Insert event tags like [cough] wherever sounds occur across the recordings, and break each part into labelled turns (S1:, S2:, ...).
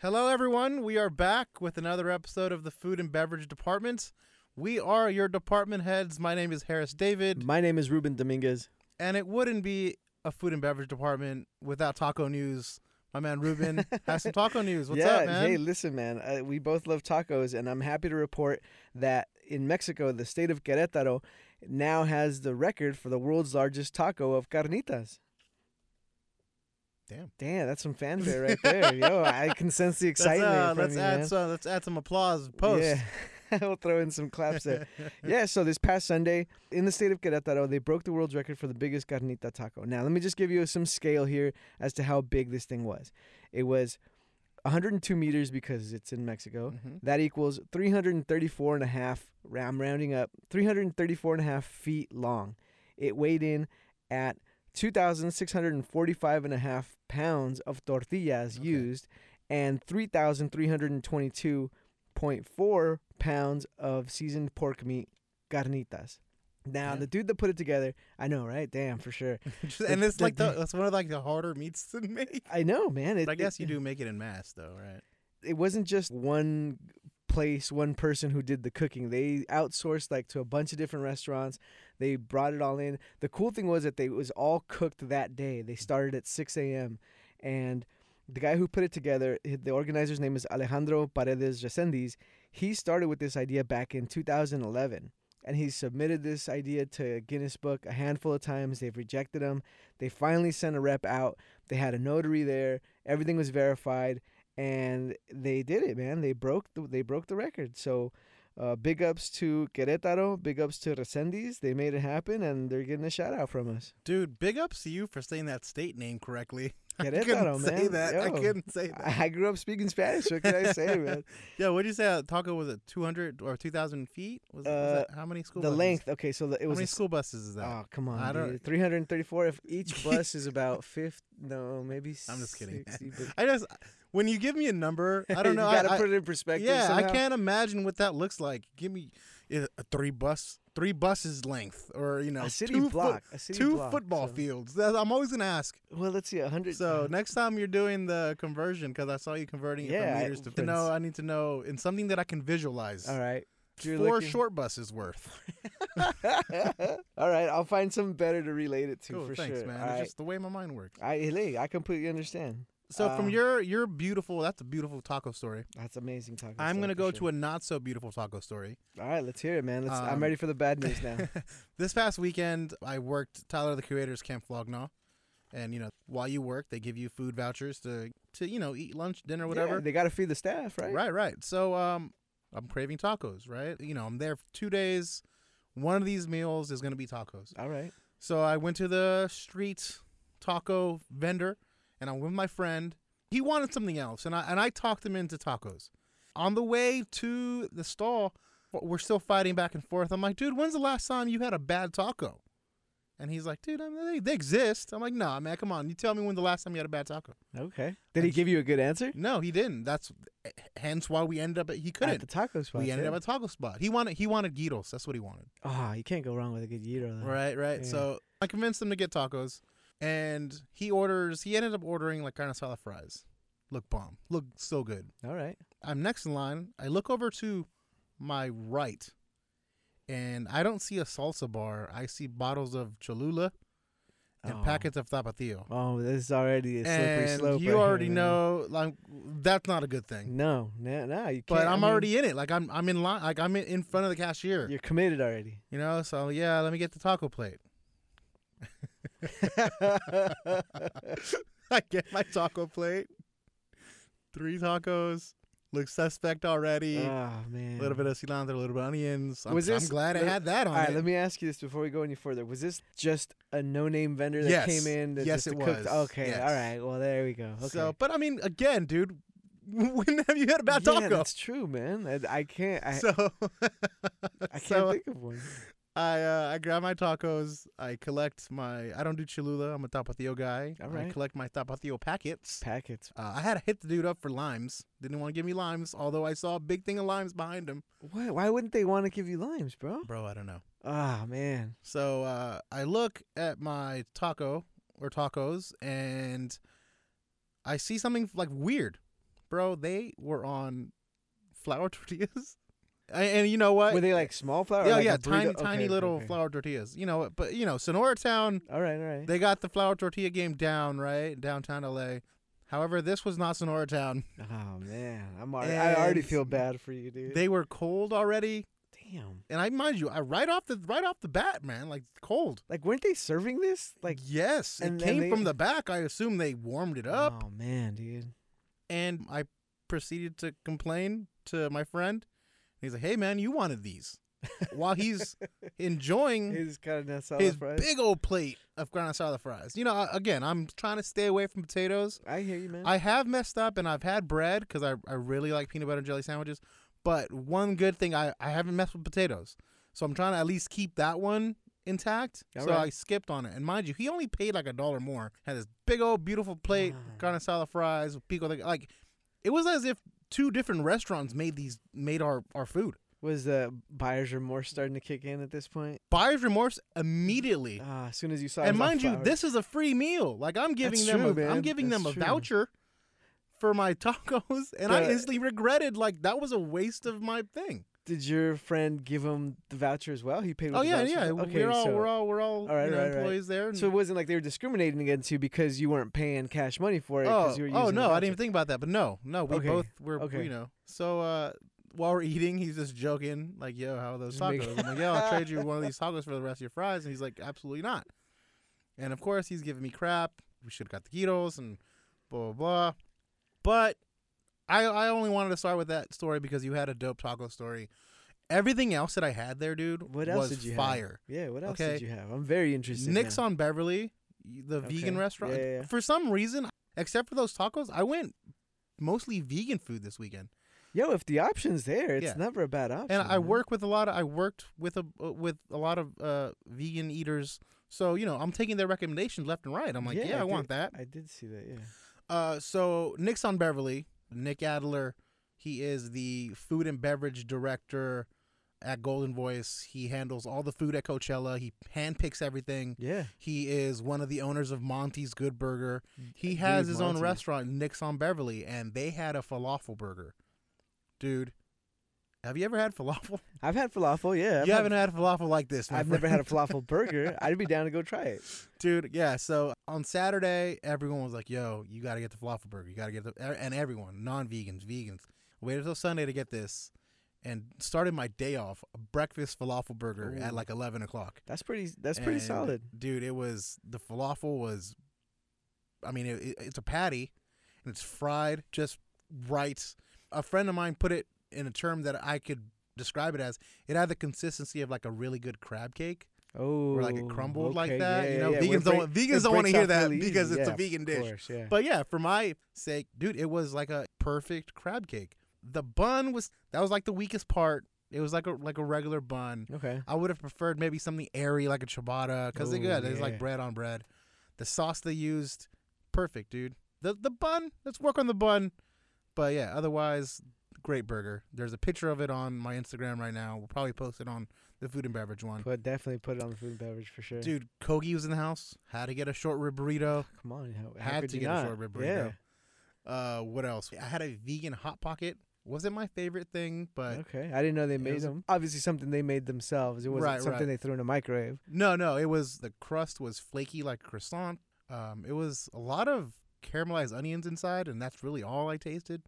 S1: Hello, everyone. We are back with another episode of the Food and Beverage Department. We are your department heads. My name is Harris David,
S2: My name is Ruben Dominguez.
S1: and it wouldn't be a food and beverage department without taco news. My man
S2: [laughs]
S1: Ruben has some taco news. What's
S2: yeah,
S1: up, man?
S2: hey, listen, man. Uh, we both love tacos, and I'm happy to report that in Mexico, the state of Querétaro now has the record for the world's largest taco of carnitas.
S1: Damn.
S2: Damn, that's some fanfare
S1: [laughs]
S2: right there. Yo, I can sense the
S1: let's, uh,
S2: excitement. from
S1: let's
S2: you,
S1: add
S2: man.
S1: some. Let's add some applause. Post.
S2: Yeah. [laughs] we'll throw in some claps
S1: [laughs]
S2: there. [laughs] yeah, so this past Sunday in the state of Querétaro, they broke the world's record for the biggest carnita taco. Now, let me just give you some scale here as to how big this thing was. It was 102 meters because it's in Mexico.
S1: Mhm.
S2: That equals 334 and a half, I'm rounding up, 334 and a half feet long. It weighed in at 2,645 and a half pounds of tortillas
S1: Okay.
S2: used and 3,322.4 pounds of seasoned pork meat carnitas. Now,
S1: Yeah.
S2: the dude that put it together, I know, right? Damn, for sure.
S1: Just- and it's
S2: the-
S1: like
S2: [laughs]
S1: the, that's one of like the harder meats to make.
S2: I know, man. It,
S1: But I
S2: it-
S1: guess you do make it in mass, though, right?
S2: it wasn't just one place, one person who did the cooking. They outsourced like to a bunch of different restaurants. They brought it all in. The cool thing was that they it was all cooked that day. They started at 6 a.m. and the guy who put it together, h- the organizer's name is Alejandro Paredes Resendiz. He started with this idea back in 2011 and he submitted this idea to Guinness Book a handful of times. They've rejected him. They finally sent a rep out. They had a notary there. Everything was verified and they did it, man. They broke the they broke the record. So, uh, big ups to Querétaro, big ups to Resendiz. They made it happen, and they're getting a shout out from us.
S1: Dude, big ups to you for saying that state name correctly. [laughs] [laughs] I
S2: Querétaro,
S1: couldn't
S2: man.
S1: say that. I
S2: Yo,
S1: couldn't say that.
S2: I I grew up speaking Spanish. What can
S1: [laughs]
S2: I say, man?
S1: Yeah, what'd you say? Uh, taco was it 200 or 2,000 feet? Was, was
S2: Uh,
S1: that how many school
S2: The
S1: buses?
S2: length. Okay, so the, it
S1: How
S2: was.
S1: many
S2: a s-
S1: school buses is that?
S2: Oh come
S1: I
S2: on,
S1: don't-
S2: dude! Three hundred and thirty-four. If
S1: [laughs]
S2: each bus is about fifth, no, maybe.
S1: I'm just kidding.
S2: 60, but-
S1: I just when you give me a number, [laughs] I don't know.
S2: [laughs] you gotta
S1: I, I-
S2: put it in perspective.
S1: yeah, I
S2: somehow.
S1: can't imagine what that looks like. Give me uh, a three bus, three buses length, or you know,
S2: A city
S1: two fo-
S2: block. a city
S1: two
S2: block,
S1: football
S2: so-
S1: fields. That, I'm always gonna ask.
S2: Well, let's see, a hundred. [laughs]
S1: So next time you're doing the conversion, because I saw you converting it
S2: Yeah,
S1: from
S2: I-
S1: meters to, to
S2: friends.
S1: know. I need to know in something that I can visualize.
S2: all right. You're
S1: Four
S2: looking-
S1: short buses worth.
S2: All right, I'll find something better to relate it [laughs] to
S1: Cool,
S2: for
S1: thanks,
S2: sure.
S1: man.
S2: All
S1: It's
S2: right.
S1: just the way my mind works.
S2: I hey, I completely understand.
S1: So from
S2: Um,
S1: your your beautiful, that's a beautiful taco story.
S2: That's amazing talking.
S1: I'm gonna go to a not so beautiful taco story.
S2: a. All right, let's hear it, man. Let's,
S1: Um,
S2: I'm ready for the bad news
S1: [laughs]
S2: now.
S1: this past weekend, I worked Tyler the Creator's Camp Flognaw, and you know while you work, they give you food vouchers to to you know eat lunch, dinner, whatever.
S2: Yeah, they got to feed the staff, right?
S1: right, right. So um, I'm craving tacos. Right, you know I'm there for two days. One of these meals is gonna be tacos.
S2: All right.
S1: So I went to the street taco vendor, and I'm with my friend. He wanted something else, and I and I talked him into tacos. On the way to the stall, w- we're still fighting back and forth. I'm like, dude, when's the last time you had a bad taco? And he's like, dude, I mean, they, they exist. I'm like, nah, man, come on. You tell me when the last time you had a bad taco.
S2: Okay. Did he give you a good answer?
S1: No, he didn't. That's h- hence why we ended up. At, he
S2: At the
S1: couldn't.
S2: taco spot.
S1: We ended
S2: yeah.
S1: up at taco spot. He wanted. He wanted gyros. That's what he wanted.
S2: Oh, you can't go wrong with a good gyro. Though.
S1: Right, right.
S2: Mm. Yeah.
S1: So I convinced him to get tacos, and he orders. He ended up ordering like kind of salad fries. Look bomb. Look so good.
S2: All right.
S1: I'm next in line. I look over to my right, and I don't see a salsa bar. I see bottles of Cholula and
S2: Oh.
S1: packets of Tapatio.
S2: Oh, this is already a slippery
S1: and
S2: slope.
S1: you
S2: right here,
S1: already
S2: man.
S1: know like that's not a good thing.
S2: No, no, no. You can't.
S1: But
S2: I
S1: I'm
S2: mean,
S1: already in it. Like I'm I'm in line. Like I'm in, in front of the cashier.
S2: You're committed already.
S1: You know. So yeah, let me get the taco
S2: [laughs]
S1: plate. I get my taco plate. Three tacos. Looks suspect already.
S2: oh
S1: a
S2: man.
S1: little bit of cilantro, a little bit of onions. I'm,
S2: Was
S1: I'm
S2: this-
S1: glad I
S2: let-
S1: had that on
S2: All right,
S1: it.
S2: let me ask you this before we go any further. Was this just a no-name vendor that
S1: Yes.
S2: came in? That
S1: Yes,
S2: just
S1: it
S2: cooked?
S1: was.
S2: Okay,
S1: Yes.
S2: all right. Well, there we go. Okay.
S1: So, but I mean, again, dude, [laughs] when have you had a bad
S2: yeah,
S1: taco?
S2: that's true, man. I, I can't. I,
S1: so,
S2: I can't
S1: so [laughs]
S2: think of one.
S1: I uh, I grab my tacos. I collect my. I don't do Cholula. I'm a Tapatio guy.
S2: All
S1: I
S2: right.
S1: collect my Tapatio packets.
S2: Packets.
S1: Uh, I had to hit the dude up for limes. Didn't want to give me limes, although I saw a big thing of limes behind him.
S2: Why? Why wouldn't they want to give you limes, bro?
S1: Bro, I don't know.
S2: Ah, man.
S1: So uh, I look at my taco or tacos and I see something like weird. bro, they were on flour [laughs] tortillas. And, and you know what?
S2: Were they like small flour? or
S1: yeah,
S2: like a
S1: yeah,
S2: burrito?
S1: tiny,
S2: Okay,
S1: tiny
S2: okay,
S1: little
S2: okay.
S1: flour tortillas. You know, but you know, Sonora Town,
S2: All right, all right.
S1: they got the flour tortilla game down, right? Downtown LA. However, this was not Sonora Town.
S2: oh man, I'm already, I already feel bad for you, dude.
S1: They were cold already,
S2: Damn.
S1: and I mind you, I right off the right off the bat, man, like cold.
S2: Like, weren't they serving this? Like,
S1: yes, it
S2: and then
S1: came
S2: they-
S1: from the back. I assume they warmed it up.
S2: oh man, dude.
S1: and I proceeded to complain to my friend. He's like, "Hey, man, you wanted these," while
S2: [laughs]
S1: he's enjoying
S2: He's kind of not salad
S1: Mm. his
S2: fries.
S1: big old plate of ground salad fries. You know, I- again, I'm trying to stay away from potatoes.
S2: I hear you, man.
S1: I have messed up, and I've had bread because I I really like peanut butter and jelly sandwiches. But one good thing, I I haven't messed with potatoes, so I'm trying to at least keep that one intact.
S2: All
S1: so
S2: right.
S1: I skipped on it, and mind you, he only paid like a dollar more. Had this big old beautiful plate,
S2: Wow.
S1: kind of salad fries, with pico. de- Like it was as if two different restaurants made these made our our food.
S2: Was the buyer's remorse starting to kick in at this point?
S1: Buyer's remorse immediately,
S2: Ah, as soon as you saw. it
S1: and
S2: was all
S1: mind you,
S2: flour.
S1: this is a free meal. Like I'm giving
S2: That's
S1: them,
S2: true,
S1: a, I'm
S2: man.
S1: giving them a
S2: That's true.
S1: voucher. For my [laughs] tacos, and I
S2: But-
S1: instantly regretted like that was a waste of my thing.
S2: Did your friend give him the voucher as well? He paid. With
S1: Oh
S2: the
S1: yeah,
S2: voucher?
S1: yeah.
S2: Okay,
S1: we're all
S2: so,
S1: we're all we're all,
S2: All right,
S1: you know,
S2: right, right.
S1: employees there. and-
S2: so it wasn't like they were discriminating against you because you weren't paying cash money for it. 'cause
S1: oh,
S2: you were
S1: oh
S2: using the
S1: no, I didn't even
S2: voucher.
S1: think about that. But no, no, we
S2: Okay,
S1: both were
S2: okay.
S1: you know. So uh, while we're eating, he's just joking like, "Yo, how are those
S2: Just make-
S1: tacos?" I'm like, "Yo, I'll trade you one of these tacos for the rest of your fries," and he's like, "Absolutely not." And of course, he's giving me crap. We should have got the Guidos and blah blah blah. But I I only wanted to start with that story because you had a dope taco story. Everything else that I had there, dude,
S2: What else
S1: was
S2: did you have?
S1: fire.
S2: Yeah. What else
S1: Okay.
S2: did you have? I'm very interested.
S1: Nick's
S2: now.
S1: on Beverly, the vegan
S2: Okay.
S1: restaurant.
S2: Yeah, yeah, yeah.
S1: For some reason, except for those tacos, I went mostly vegan food this weekend.
S2: Yo, if the option's there, it's
S1: Yeah.
S2: never a bad option.
S1: and I
S2: man.
S1: work with a lot of I worked with a uh, with a lot of uh, vegan eaters. So, you know, I'm taking their recommendations left and right. I'm like, yeah,
S2: Yeah, I
S1: I
S2: did-
S1: want that.
S2: I did see that. Yeah.
S1: Uh, so Nick's on Beverly, Nick Adler, he is the food and beverage director at Golden Voice. He handles all the food at Coachella. He handpicks everything.
S2: Yeah.
S1: He is one of the owners of Monty's Good Burger. He has his own
S2: Monty.
S1: restaurant, Nick's on Beverly, and they had a falafel burger. Dude, have you ever had falafel?
S2: [laughs] I've had falafel. Yeah. I've
S1: you
S2: had-
S1: haven't had falafel like this. my
S2: I've never
S1: friend. [laughs]
S2: had a falafel burger. I'd be down to go try it.
S1: dude. Yeah. So on Saturday, everyone was like, "Yo, you got to get the falafel burger. You got to get the," e, and everyone, non-vegans, vegans, waited till Sunday to get this, and started my day off a breakfast falafel burger at
S2: Ooh.
S1: like eleven o'clock.
S2: That's pretty. That's pretty
S1: And,
S2: solid.
S1: dude. It was the falafel was, I mean, it, it- it's a patty, and it's fried just right. A friend of mine put it in a term that I could describe it as. It had the consistency of like a really good crab cake,
S2: Oh,
S1: or like it crumbled like
S2: okay,
S1: that.
S2: yeah,
S1: you know,
S2: yeah, where
S1: vegans
S2: it
S1: don't
S2: break-
S1: want-
S2: it
S1: vegans don't want to
S2: breaks
S1: hear
S2: off
S1: that
S2: really easy.
S1: because it's
S2: Yeah,
S1: a vegan
S2: of
S1: dish.
S2: course, yeah.
S1: But yeah, for my sake, dude, it was like a perfect crab cake. The bun was that was like the weakest part. It was like a like a regular bun.
S2: okay.
S1: I would have preferred maybe something airy like a ciabatta because they
S2: Ooh,
S1: good. It's
S2: yeah.
S1: like bread on bread. The sauce they used, perfect, dude. The the bun, let's work on the bun. But yeah, otherwise, great burger. There's a picture of it on my Instagram right now. We'll probably post it on the food and beverage one.
S2: But definitely put it on the food and beverage for sure.
S1: Dude, Kogi was in the house. Had to get a short rib burrito.
S2: come on, how, how
S1: had
S2: could
S1: to
S2: you
S1: get
S2: not?
S1: a short rib
S2: Yeah.
S1: burrito. Uh, what else? I had a vegan hot pocket. Wasn't my favorite thing, but
S2: Okay. I didn't know they made
S1: was-
S2: them. Obviously, something they made themselves. It wasn't
S1: Right,
S2: something
S1: right.
S2: they threw in a microwave.
S1: No, no, it was the crust was flaky like croissant. Um, it was a lot of caramelized onions inside, and that's really all I tasted.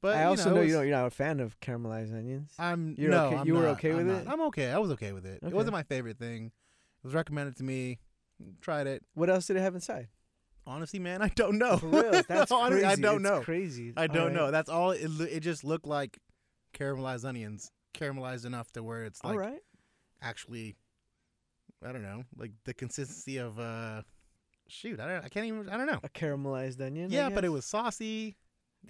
S1: But
S2: I
S1: you
S2: also
S1: know,
S2: know
S1: it
S2: you
S1: was-
S2: don't, you're not a fan of caramelized onions.
S1: I'm
S2: you're
S1: no,
S2: okay-
S1: I'm
S2: you were
S1: not,
S2: okay
S1: I'm
S2: with
S1: not.
S2: it?
S1: I'm okay. I was okay with it. It
S2: Okay.
S1: wasn't my favorite thing. It was recommended to me. Tried it.
S2: What else did it
S1: [laughs]
S2: have inside?
S1: Honestly, man, I don't know.
S2: For
S1: [laughs]
S2: real, that's
S1: Honestly,
S2: crazy.
S1: I don't
S2: It's
S1: know.
S2: Crazy.
S1: I
S2: All
S1: don't
S2: right.
S1: know. That's all. It lo- it just looked like caramelized onions, caramelized enough to where it's
S2: All
S1: like
S2: right.
S1: actually I don't know, like the consistency of uh shoot, I don't I can't even I don't know.
S2: A caramelized onion. I
S1: Yeah, but it
S2: guess?
S1: was saucy.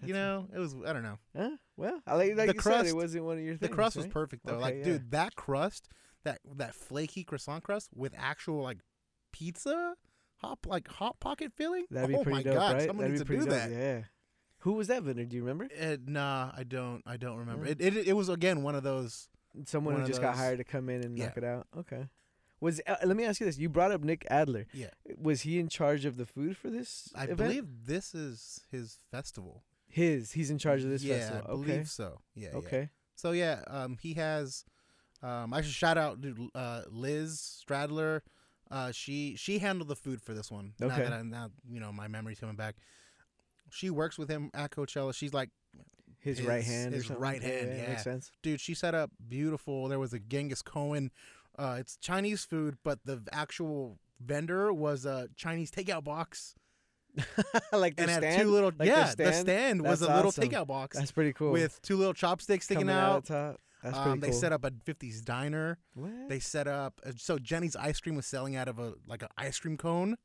S1: you
S2: That's-
S1: know, it was I don't know.
S2: Huh? Well, I like, like
S1: The
S2: you said,
S1: crust-
S2: it wasn't one of your
S1: The
S2: things.
S1: crust was
S2: right?
S1: perfect though.
S2: Okay,
S1: like
S2: yeah.
S1: dude, that crust, that that flaky croissant crust with actual like pizza hot like hot pocket filling?
S2: That'd be
S1: oh
S2: pretty
S1: my
S2: dope,
S1: god,
S2: right?
S1: someone
S2: That'd
S1: needs
S2: be
S1: to do
S2: pretty dope,
S1: that.
S2: Yeah. Who was that vendor? Do you remember?
S1: Uh, nah, I don't. I don't remember.
S2: Mm.
S1: It, it it was again one of those.
S2: Someone
S1: One
S2: who
S1: of
S2: just got
S1: those-
S2: hired to come in and
S1: Yeah.
S2: knock it out. Okay. Was uh, let me ask you this? You brought up Nick Adler.
S1: Yeah.
S2: Was he in charge of the food for this?
S1: I
S2: event?
S1: believe this is his festival.
S2: His. He's in charge of this
S1: yeah,
S2: festival.
S1: I
S2: okay.
S1: believe so. Yeah, yeah.
S2: Okay.
S1: So yeah, um, he has. Um, I should shout out dude, uh, Liz Stradler. Uh, she she handled the food for this one. Now
S2: Okay.
S1: that I, now you know my memory's coming back. She works with him at Coachella. She's like,
S2: His, right
S1: His-
S2: hand. or
S1: his
S2: something.
S1: right hand, yeah.
S2: Makes sense. [laughs]
S1: dude, she set up beautiful. There was a Genghis Cohen. Uh, it's Chinese food, but the actual vendor was a Chinese takeout box
S2: like the
S1: and
S2: stand.
S1: had two little
S2: Like the
S1: yeah the
S2: stand?
S1: stand was
S2: That's
S1: a little
S2: awesome.
S1: takeout box
S2: That's pretty cool.
S1: with two little chopsticks sticking
S2: Coming
S1: out.
S2: at top. That's pretty
S1: um, they
S2: cool.
S1: set up a 50s diner.
S2: What?
S1: They set up uh, so Jenny's ice cream was selling out of a like an ice cream cone.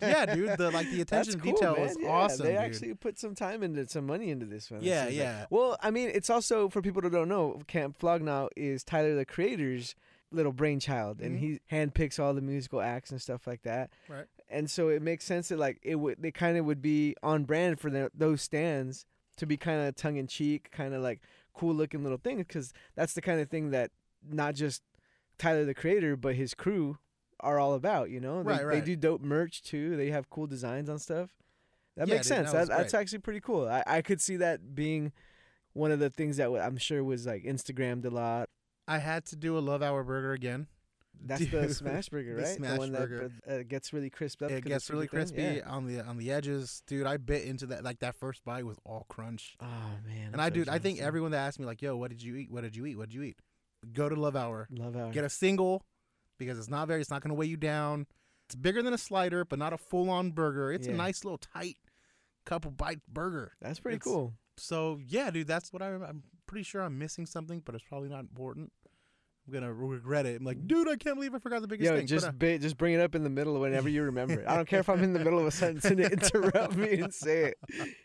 S1: Yeah,
S2: [laughs]
S1: dude, the- like, the
S2: That's
S1: attention to
S2: cool,
S1: detail
S2: man.
S1: is
S2: yeah,
S1: awesome,
S2: They
S1: dude.
S2: actually put some time into some money into this one. it
S1: Yeah,
S2: seems like.
S1: yeah.
S2: Well, I mean, it's also for people who don't know, Camp Flog now is Tyler the Creator's little brainchild, and
S1: Mhm.
S2: he handpicks all the musical acts and stuff like that.
S1: Right.
S2: And so it makes sense that like it would they kind of would be on brand for the, those stands to be kind of tongue in cheek, kind of like cool looking little thing, because that's the kind of thing that not just Tyler the Creator but his crew are all about. You know, they,
S1: Right,
S2: they
S1: right.
S2: do dope merch too. They have cool designs on stuff. That
S1: Yeah,
S2: makes
S1: dude,
S2: sense.
S1: that was
S2: That that's actually pretty cool. I, I could see that being one of the things that i I'm sure was like Instagrammed a lot.
S1: I had to do a love hour burger again.
S2: That's the
S1: Dude, [laughs]
S2: smash burger,
S1: the
S2: right?
S1: smash
S2: one
S1: burger.
S2: that uh, gets really crisped up.
S1: It
S2: 'cause it's
S1: gets really
S2: super
S1: crispy
S2: thin. Yeah.
S1: on the on the edges, dude. I bit into that like that first bite was all crunch.
S2: Oh man!
S1: And I dude, I think everyone that asked me like, "Yo, what did you eat? What did you eat? What did you eat?" Go to Love Hour.
S2: love hour.
S1: Get a single because it's not very it's not going to weigh you down. It's bigger than a slider, but not a full-on burger. It's
S2: Yeah.
S1: a nice little tight couple bite burger.
S2: That's pretty
S1: it's-
S2: cool.
S1: So yeah, dude, that's what I. rem- I'm pretty sure I'm missing something, but it's probably not important. I'm gonna regret it. I'm like, dude, I can't believe I forgot the biggest
S2: Yo,
S1: thing. but uh,
S2: just
S1: I-
S2: ba- just bring it up in the middle whenever you remember it. I don't care if I'm in the middle of a sentence and it [laughs] interrupt me and say it.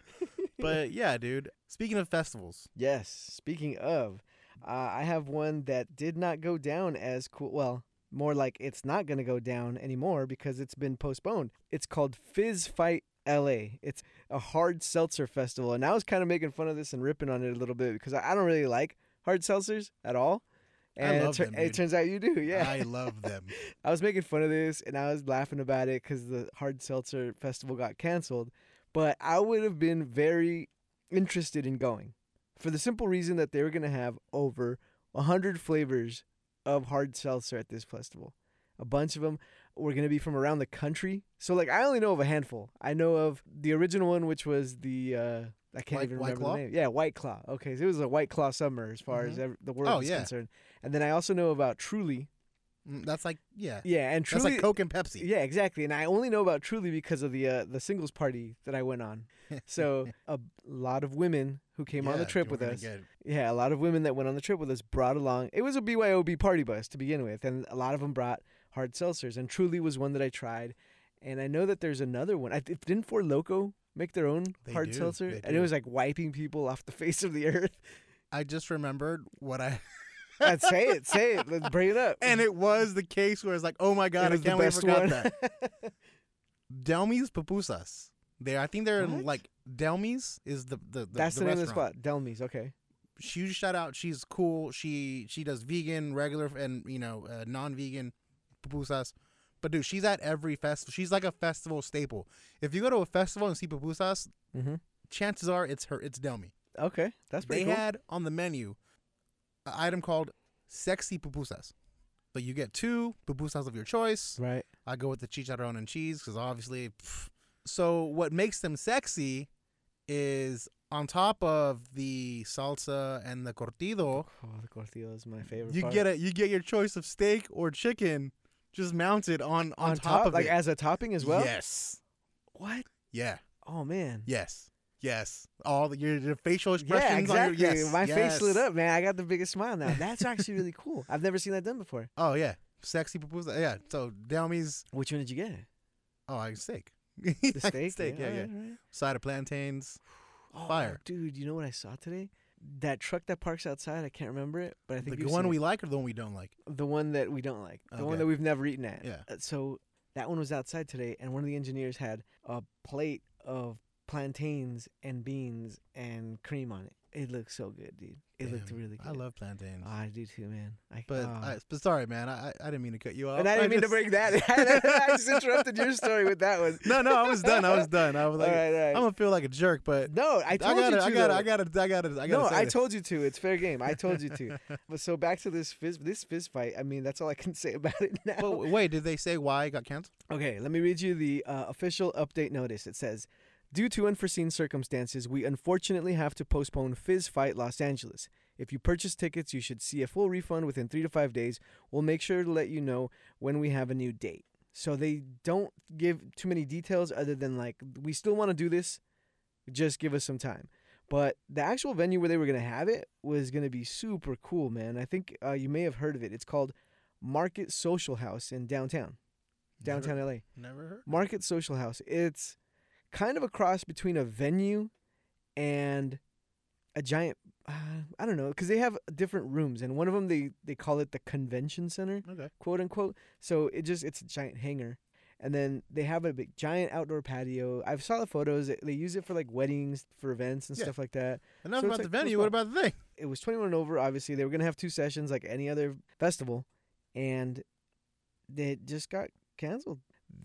S1: but yeah, dude. Speaking of festivals,
S2: Yes. Speaking of, uh, I have one that did not go down as cool. Well, more like it's not going to go down anymore because it's been postponed. It's called Fizz Fight LA. It's a hard seltzer festival. And I was kind of making fun of this and ripping on it a little bit because I, I don't really like hard seltzers at all.
S1: I
S2: And
S1: love
S2: it, tur-
S1: them,
S2: it
S1: dude.
S2: turns out you do, yeah.
S1: I love them.
S2: I was making fun of this and I was laughing about it because the hard seltzer festival got canceled. But I would have been very interested in going for the simple reason that they were going to have over 100 flavors of hard seltzer at this festival. A bunch of them were going to be from around the country. So, like, I only know of a handful. I know of the original one, which was the. Uh, I can't
S1: White-
S2: even
S1: White
S2: remember
S1: Claw?
S2: the name. Yeah, White Claw. Okay, so it was a White Claw summer as far as
S1: Mhm.
S2: ever, the world
S1: Oh,
S2: is
S1: yeah.
S2: concerned. And then I also know about Truly.
S1: Mm, That's like
S2: [laughs]
S1: yeah.
S2: Yeah, and
S1: That's
S2: Truly
S1: like Coke and Pepsi.
S2: [laughs] yeah, exactly. And I only know about Truly because of the uh, the singles party that I went on. So a lot of women who came on the
S1: Yeah,
S2: trip
S1: dude,
S2: with
S1: we're gonna
S2: us.
S1: get-
S2: Yeah, a lot of women that went on the trip with us brought along. It was a BYOB party bus to begin with, and a lot of them brought hard seltzers. And Truly was one that I tried, and I know that there's another one. I th- didn't Four Loco make their own
S1: They
S2: hard
S1: do,
S2: seltzer,
S1: they
S2: and it
S1: do.
S2: was like wiping people off the face of the earth. [laughs]
S1: I just remembered what I
S2: I'd say it, say it, let's bring it up.
S1: and it was the case where it's like, oh my
S2: It
S1: god, I
S2: was the
S1: can't believe I
S2: best
S1: forgot
S2: one. [laughs]
S1: that. Delmi's pupusas. They, I think they're
S2: What?
S1: in like Delmi's is the the, the
S2: That's the, name of the
S1: restaurant.
S2: spot, Delmies. Okay.
S1: Huge shout out. She's cool. She she does vegan, regular, and you know uh, non-vegan pupusas. But dude, she's at every festival. She's like a festival staple. If you go to a festival and see pupusas,
S2: Mhm.
S1: chances are it's her. It's Delmi.
S2: Okay, that's pretty
S1: they
S2: cool.
S1: had on the menu an item called sexy pupusas. So you get two pupusas of your choice.
S2: right.
S1: I go with the chicharron and cheese because obviously. pff. So what makes them sexy is on top of the salsa and the cortido,
S2: Oh, the cortillo is my favorite.
S1: you
S2: part.
S1: get a you get your choice of steak or chicken, just mounted on on, top, of
S2: like
S1: it
S2: as a topping as well.
S1: Yes.
S2: What?
S1: Yeah.
S2: Oh man.
S1: Yes. Yes. All the, your, your facial
S2: Yeah,
S1: expressions.
S2: exactly.
S1: On your, yes,
S2: my face lit
S1: yes.
S2: up, man. I got the biggest smile now. That's actually really cool. I've never seen that done before.
S1: Oh yeah, sexy pupusa. Yeah. So Delmi's.
S2: Which one did you get?
S1: Oh, I steak. [laughs]
S2: [laughs] The steak.
S1: steak. Yeah, yeah.
S2: alright, alright.
S1: Side of plantains.
S2: Oh,
S1: Fire.
S2: dude. You know what I saw today? That truck that parks outside. I can't remember it, but I think
S1: The
S2: you've
S1: one
S2: seen
S1: we
S2: it.
S1: like or the one we don't like.
S2: the one that we don't like, the one
S1: Okay.
S2: that we've never eaten at.
S1: Yeah.
S2: Uh, So that one was outside today, and one of the engineers had a plate of plantains and beans and cream on it. It looks so good, dude. It looked
S1: Damn,
S2: really good. Oh,
S1: I love plantains.
S2: I do too, man. I,
S1: but,
S2: ah.
S1: I, but sorry, man. I, [laughs] I- I didn't mean to cut you off.
S2: and I didn't mean to
S1: just-
S2: break that. [laughs] I just interrupted your story with that one.
S1: No, no, I was done.
S2: [laughs]
S1: I was done. I was like,
S2: all right, all right.
S1: I'm gonna feel like a jerk, but
S2: no, I told
S1: gotta,
S2: you to.
S1: I gotta, I
S2: though.
S1: gotta, I gotta, I gotta.
S2: no,
S1: say
S2: I
S1: this.
S2: told you to. It's fair game. I told
S1: [laughs]
S2: you to. but so back to this fist, this fist fight. I mean, that's all I can say about it now.
S1: But w- wait, did they say why it got canceled?
S2: Okay, let me read you the uh, official update notice. It says, Due to unforeseen circumstances, we unfortunately have to postpone Fizz Fight Los Angeles. If you purchase tickets, you should see a full refund within three to five days. We'll make sure to let you know when we have a new date. So they don't give too many details other than, like, we still want to do this, just give us some time. But the actual venue where they were going to have it was going to be super cool, man. I think uh, you may have heard of it. It's called Market Social House in downtown, downtown LA.
S1: Never, never heard.
S2: Market Social House. It's kind of a cross between a venue and a giant. Uh, I don't know because they have different rooms, and one of them they they call it the convention center,
S1: Okay.
S2: quote unquote. So it just it's a giant hangar, and then they have a big giant outdoor patio. I've saw the photos. They use it for like weddings, for events and
S1: Yeah.
S2: stuff like that.
S1: Enough
S2: So it's
S1: about
S2: like,
S1: the
S2: cool
S1: venue. What
S2: spot.
S1: about the thing?
S2: It was twenty one and over. Obviously, they were gonna have two sessions like any other festival, and they just got canceled.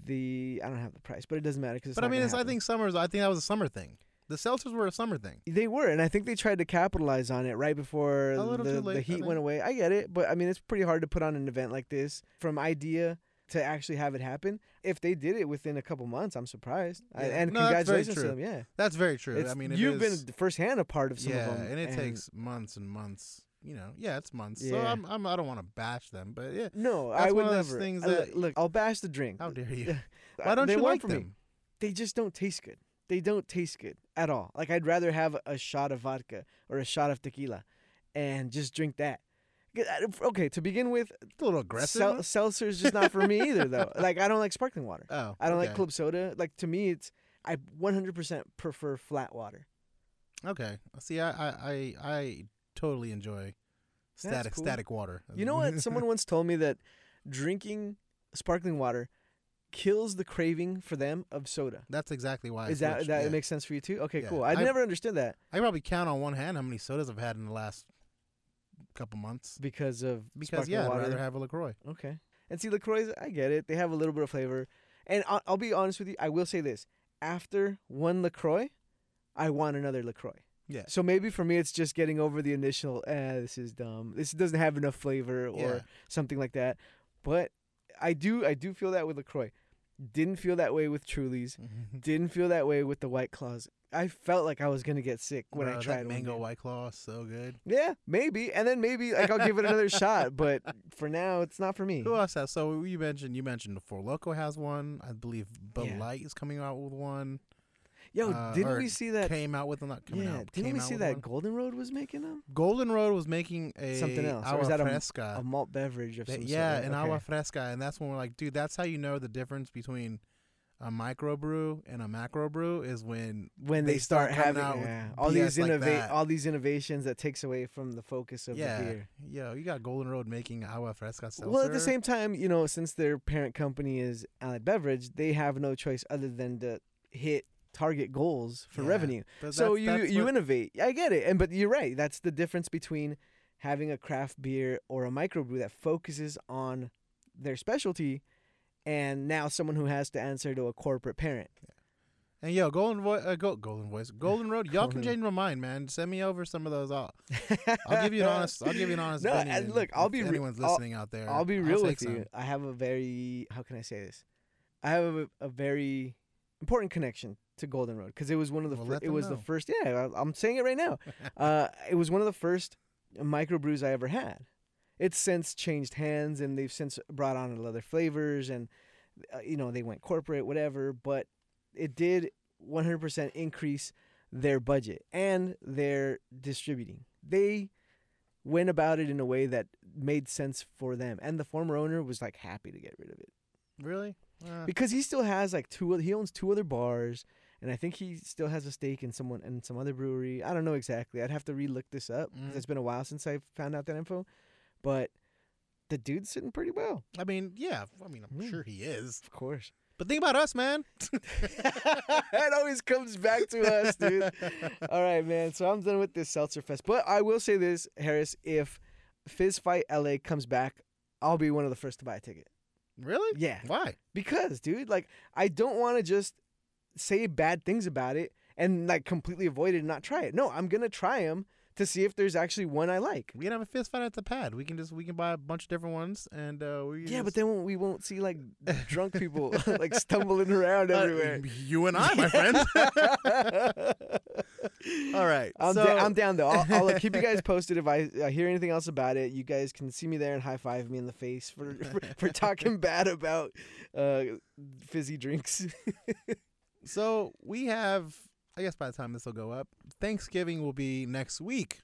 S2: The I don't have the price, but it doesn't matter because.
S1: But I mean, it's, I think summers. I think that was a summer thing. The seltzers were a summer thing.
S2: They were, and I think they tried to capitalize on it right before
S1: A little
S2: the,
S1: too
S2: the
S1: late, I
S2: heat
S1: think.
S2: went away. I get it, but I mean, it's pretty hard to put on an event like this from idea to actually have it happen. If they did it within a couple months, I'm surprised. I-
S1: Yeah.
S2: and
S1: No, that's very
S2: congratulations to
S1: true.
S2: them. Yeah,
S1: That's very true.
S2: It's-
S1: I mean, it
S2: you've
S1: is-
S2: been firsthand a part of some
S1: yeah,
S2: of them,
S1: and it takes months and months. You know, yeah, it's months. So
S2: Yeah.
S1: I'm, I'm, I don't want to bash them, but yeah,
S2: No,
S1: That's
S2: I would
S1: one of those
S2: never.
S1: things
S2: I-
S1: that-
S2: look, I'll bash the drink.
S1: how dare
S2: Yeah.
S1: you? Why don't
S2: they
S1: you
S2: weren't
S1: like
S2: for
S1: them?
S2: Me. They just don't taste good. They don't taste good at all. Like I'd rather have a shot of vodka or a shot of tequila, and just drink that. 'Cause I- Okay, to begin with,
S1: It's a little aggressive.
S2: Sel- seltzer is just not for me either,
S1: [laughs]
S2: though. Like I don't like sparkling water.
S1: oh,
S2: I don't
S1: okay.
S2: like club soda. Like to me, it's I 100% prefer flat water.
S1: Okay. See, I, I, I, I totally enjoy
S2: That's
S1: static,
S2: cool.
S1: static water.
S2: You know
S1: [laughs]
S2: what? Someone once told me that drinking sparkling water kills the craving for them of soda.
S1: That's exactly why. I
S2: Is that
S1: switched,
S2: that
S1: yeah.
S2: makes sense for you too? Okay,
S1: Yeah.
S2: cool. I'd
S1: I-
S2: never understood that
S1: I can probably count on one hand how many sodas I've had in the last couple months.
S2: because of
S1: Because
S2: sparkling
S1: yeah,
S2: water.
S1: I'd rather have a Lacroix.
S2: Okay. And see, LaCroix, I get it. They have a little bit of flavor. And I'll, I'll be honest with you. I will say this. After one LaCroix, I want another LaCroix.
S1: Yeah.
S2: So maybe for me, it's just getting over the initial, eh, this is dumb. This doesn't have enough flavor or
S1: yeah.
S2: something like that. But I do, I do feel that with LaCroix. Didn't feel that way with Truly's. Didn't feel that way with the White Claws. I felt like I was going to get sick [laughs] when
S1: Bro,
S2: I
S1: that
S2: tried one
S1: mango
S2: day.
S1: white claw, is so good.
S2: Yeah, maybe. And then maybe like I'll give
S1: [laughs]
S2: it another shot. But for now, it's not for me.
S1: Who else has? So you mentioned you mentioned the Four Loco has one. I believe Bud
S2: Yeah.
S1: Light is coming out with one.
S2: Yo,
S1: Uh,
S2: didn't
S1: or
S2: we see that?
S1: came out with not coming
S2: yeah,
S1: out.
S2: didn't
S1: came
S2: we
S1: out
S2: see
S1: with
S2: that
S1: one.
S2: Golden Road was making them
S1: Golden Road was making a
S2: Something else, or
S1: Agua
S2: was that a-
S1: fresca.
S2: a malt beverage of
S1: Uh, That-
S2: some
S1: yeah,
S2: sort. right?
S1: an
S2: Okay.
S1: agua fresca, and that's when we're like, dude, that's how you know the difference between a microbrew and a macrobrew is when
S2: When they,
S1: they
S2: start,
S1: start coming
S2: having
S1: out with
S2: yeah, all
S1: BS
S2: these
S1: like
S2: innova-
S1: that.
S2: all these innovations that takes away from the focus of
S1: yeah,
S2: the beer.
S1: yo, you got Golden Road making agua fresca seltzer.
S2: Well, at the same time, you know, since their parent company is Allied Beverage, they have no choice other than to hit target goals for
S1: Yeah,
S2: revenue.
S1: But
S2: so
S1: that's-
S2: you
S1: that's
S2: you
S1: what-
S2: innovate. I get it, and but you're right. That's the difference between having a craft beer or a microbrew that focuses on their specialty, and now someone who has to answer to a corporate parent.
S1: and yo, Golden Voice, uh, Go- Golden Voice, Golden Road. Y'all can
S2: Golden-
S1: change my mind, man. Send me over some of those. I'll, I'll give you
S2: [laughs]
S1: an honest. I'll give you an honest.
S2: No, and
S1: opinion
S2: look, I'll
S1: if
S2: be re-
S1: anyone's
S2: I'll-
S1: listening out there.
S2: I'll be real
S1: take
S2: with you.
S1: some.
S2: I have a very how can I say this? I have a, a very important connection to Golden Road because it was one of the
S1: Well,
S2: fir-
S1: let
S2: it
S1: them
S2: was
S1: know.
S2: the first. Yeah, I, I'm saying it
S1: [laughs]
S2: right now. uh, it was one of the first microbrews I ever had. It's since changed hands and they've since brought on other flavors and uh, you know they went corporate whatever, but it did 100% increase their budget and their distributing. They went about it in a way that made sense for them, and the former owner was like happy to get rid of it
S1: Really? Uh,
S2: because he still has like two. oth- He owns two other bars, and I think he still has a stake in someone in some other brewery. I don't know exactly. I'd have to re-look this up because
S1: Mhm.
S2: it's been a while since I found out that info, but. The dude's sitting pretty well,
S1: I mean, yeah. I mean, I'm
S2: Yeah.
S1: sure he is.
S2: of course.
S1: But think about us, man.
S2: [laughs] it always comes back to us, [laughs] dude. All right, man. So I'm done with this seltzer fest. But I will say this, Harris, if Fizz Fight LA comes back, I'll be one of the first to buy a ticket.
S1: Really?
S2: Yeah.
S1: Why?
S2: Because, dude, like I don't want to just say bad things about it and like completely avoid it and not try it. No, I'm going to try them to see if there's actually one I like.
S1: We can have a fist fight at the pad. We can just we can buy a bunch of different ones and uh we
S2: Yeah, but then we won't see like drunk
S1: [laughs]
S2: people [laughs] like stumbling around
S1: Uh,
S2: everywhere.
S1: you and I, my
S2: [laughs]
S1: friend. [laughs] All right.
S2: I'm,
S1: so,
S2: da- I'm down though. I'll, I'll keep
S1: [laughs]
S2: you guys posted if I uh, hear anything else about it. You guys can see me there and high five me in the
S1: [laughs]
S2: face for for, for talking bad about uh, fizzy drinks. [laughs]
S1: so we have I guess by the time this will go up, Thanksgiving will be next week.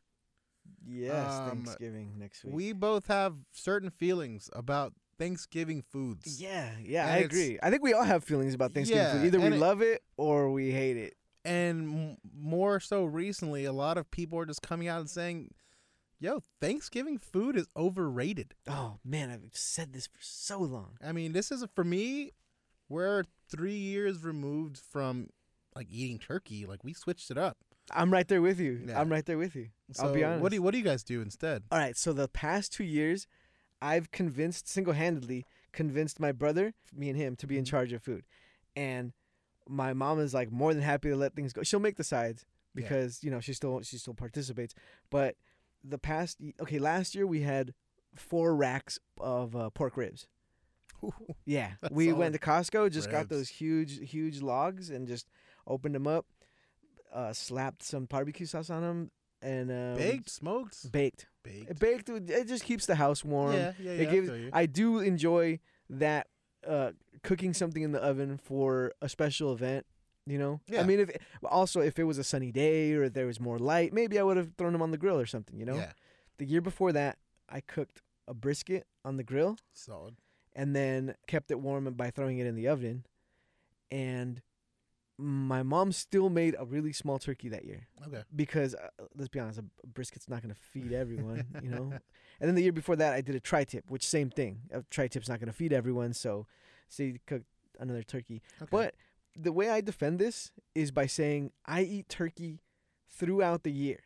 S2: yes,
S1: Um,
S2: Thanksgiving next week.
S1: We both have certain feelings about Thanksgiving foods.
S2: yeah, yeah,
S1: and
S2: I
S1: it's-
S2: agree. I think we all have feelings about Thanksgiving
S1: Yeah,
S2: food. Either we
S1: and it-
S2: love it or we hate it.
S1: And m- more so recently, a lot of people are just coming out and saying, "Yo, Thanksgiving food is overrated."
S2: Oh man, I've said this for so long.
S1: I mean, this is for me. We're three years removed from like eating turkey. Like we switched it up.
S2: I'm right there with you.
S1: Yeah.
S2: I'm right there with you.
S1: So
S2: I'll be honest.
S1: What do you, what do you guys do instead?
S2: [laughs] All right, so the past two years, I've convinced single handedly convinced my brother, me and him, to be in charge of food, and my mom is like more than happy to let things go. She'll make the sides
S1: Yeah.
S2: because you know she still she still participates. But the past y- okay, last year we had four racks of uh, pork ribs. Yeah,
S1: [laughs] That's
S2: we
S1: solid.
S2: went to Costco, just got
S1: Ribs.
S2: those huge huge logs and just opened them up, uh, slapped some barbecue sauce on them, and uh, we
S1: Baked, smoked,
S2: baked.
S1: baked.
S2: It baked would- it just keeps the house warm.
S1: Yeah, yeah, yeah.
S2: it gives
S1: I feel you.
S2: I do enjoy that uh, cooking something in the oven for a special event. You know,
S1: Yeah.
S2: I mean, if also if it was a sunny day or there was more light, maybe I would have thrown them on the grill or something. You know,
S1: yeah,
S2: the year before that, I cooked a brisket on the grill
S1: solid.
S2: and then kept it warm by throwing it in the oven. And my mom still made a really small turkey that year
S1: Okay.
S2: because uh, let's be honest, a b- brisket's not going to feed everyone, you know. And then the year before that, I did a tri-tip, which same thing. A tri-tip's not going to feed everyone, so see, cooked another turkey.
S1: [laughs] okay.
S2: But the way I defend this is by saying I eat turkey throughout the year.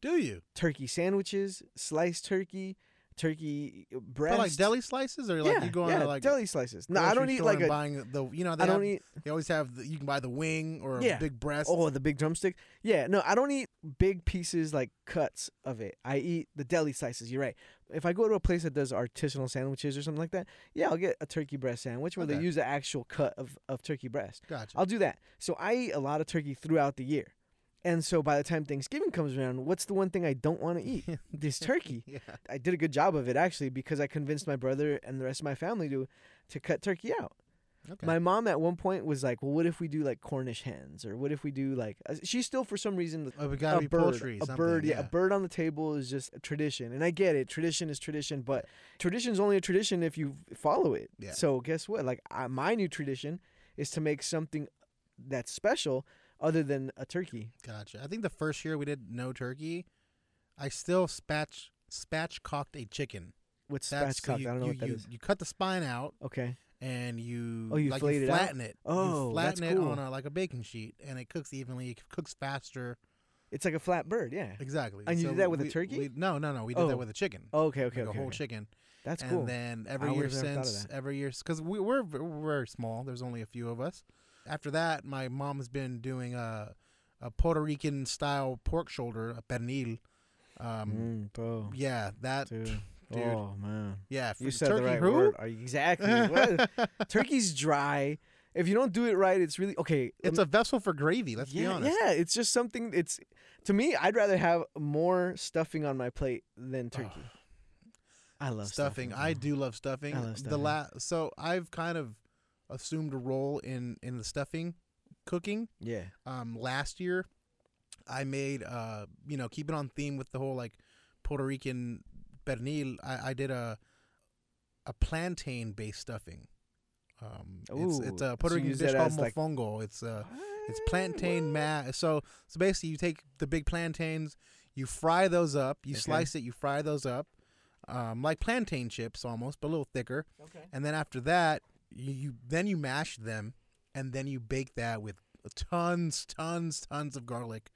S1: do you?
S2: Turkey sandwiches, sliced turkey, turkey uh, breast.
S1: But like deli slices, or like
S2: yeah,
S1: you go on
S2: yeah,
S1: to like
S2: deli slices. No, I don't
S1: grocery
S2: eat
S1: store
S2: like
S1: and
S2: a.
S1: buying the you know they,
S2: I don't
S1: have-
S2: eat.
S1: they always have the, you can buy the wing or
S2: Yeah.
S1: a big breast.
S2: Oh, the big drumstick. Yeah, no, I don't eat big pieces like cuts of it. I eat the deli slices. You're right. If I go to a place that does artisanal sandwiches or something like that, yeah, I'll get a turkey breast sandwich where they
S1: Okay.
S2: use the actual cut of, of turkey breast.
S1: gotcha.
S2: I'll do that. So I eat a lot of turkey throughout the year. And so by the time Thanksgiving comes around, what's the one thing I don't want
S1: [laughs]
S2: to eat? this turkey.
S1: [laughs] yeah,
S2: I did a good job of it actually because I convinced my brother and the rest of my family to to cut turkey out.
S1: okay.
S2: My mom at one point was like, "Well, what if we do like Cornish hens, or what if we do like?" uh, She's still for some reason
S1: oh, we
S2: a
S1: gotta be
S2: bird,
S1: poultry.
S2: a
S1: something,
S2: bird, yeah,
S1: yeah,
S2: a bird on the table is just a tradition, and I get it. Tradition is tradition, but tradition's only a tradition if you follow it.
S1: Yeah.
S2: So guess what? Like I, my new tradition is to make something that's special, other than a turkey.
S1: Gotcha. I think the first year we did no turkey, I still spatch spatchcocked a chicken.
S2: With
S1: That's- so
S2: spatchcock,
S1: you-
S2: I don't know
S1: you,
S2: what that is.
S1: you, you cut the spine out
S2: Okay.
S1: and you
S2: Oh, you
S1: like
S2: flayed
S1: you
S2: it out?
S1: flatten it. You
S2: Oh, that's
S1: flatten it
S2: cool.
S1: on a, like a baking sheet, and it cooks evenly. It cooks faster.
S2: It's like a flat bird, yeah.
S1: Exactly.
S2: And you did that with a
S1: we-
S2: turkey?
S1: we- no, no, no. We did
S2: Oh.
S1: that with a chicken.
S2: Oh, okay, okay,
S1: like
S2: okay.
S1: a whole
S2: okay.
S1: chicken.
S2: That's
S1: and
S2: cool.
S1: then
S2: I
S1: every year
S2: would've never thought of
S1: since,
S2: that.
S1: every year, because we we're, v- we're very small. There's only a few of us. After that, my mom's been doing a, a Puerto Rican style pork shoulder, a pernil. Um,
S2: Mm, bro.
S1: Yeah, that.
S2: Dude.
S1: dude.
S2: Oh man.
S1: Yeah, for
S2: You said
S1: turkey
S2: the right
S1: who?
S2: word. Are you- Exactly.
S1: [laughs]
S2: What? Turkey's dry. If you don't do it right, it's really okay. let
S1: It's
S2: me-
S1: a vessel for gravy. Let's
S2: yeah,
S1: be honest.
S2: yeah. It's just something. It's to me. I'd rather have more stuffing on my plate than
S1: Oh,
S2: turkey. I love
S1: stuffing.
S2: stuffing.
S1: I
S2: bro.
S1: do love stuffing.
S2: I love
S1: The
S2: stuffing.
S1: la- so I've kind of assumed a role in in the stuffing cooking.
S2: Yeah.
S1: Um, last year, I made uh, you know, keeping on theme with the whole like Puerto Rican pernil. I, I did a a plantain based stuffing. Um, it's it's
S2: Ooh,
S1: a
S2: so
S1: Puerto
S2: you
S1: Rican
S2: use
S1: dish
S2: that
S1: called
S2: as, like-
S1: mofongo. It's uh, It's
S2: What?
S1: plantain mash. So so basically, you take the big plantains, you fry those up, you
S2: Okay.
S1: slice it, you fry those up, um, like plantain chips almost, but a little thicker.
S2: Okay.
S1: And then after that, You, you then you mash them, and then you bake that with tons, tons, tons of garlic,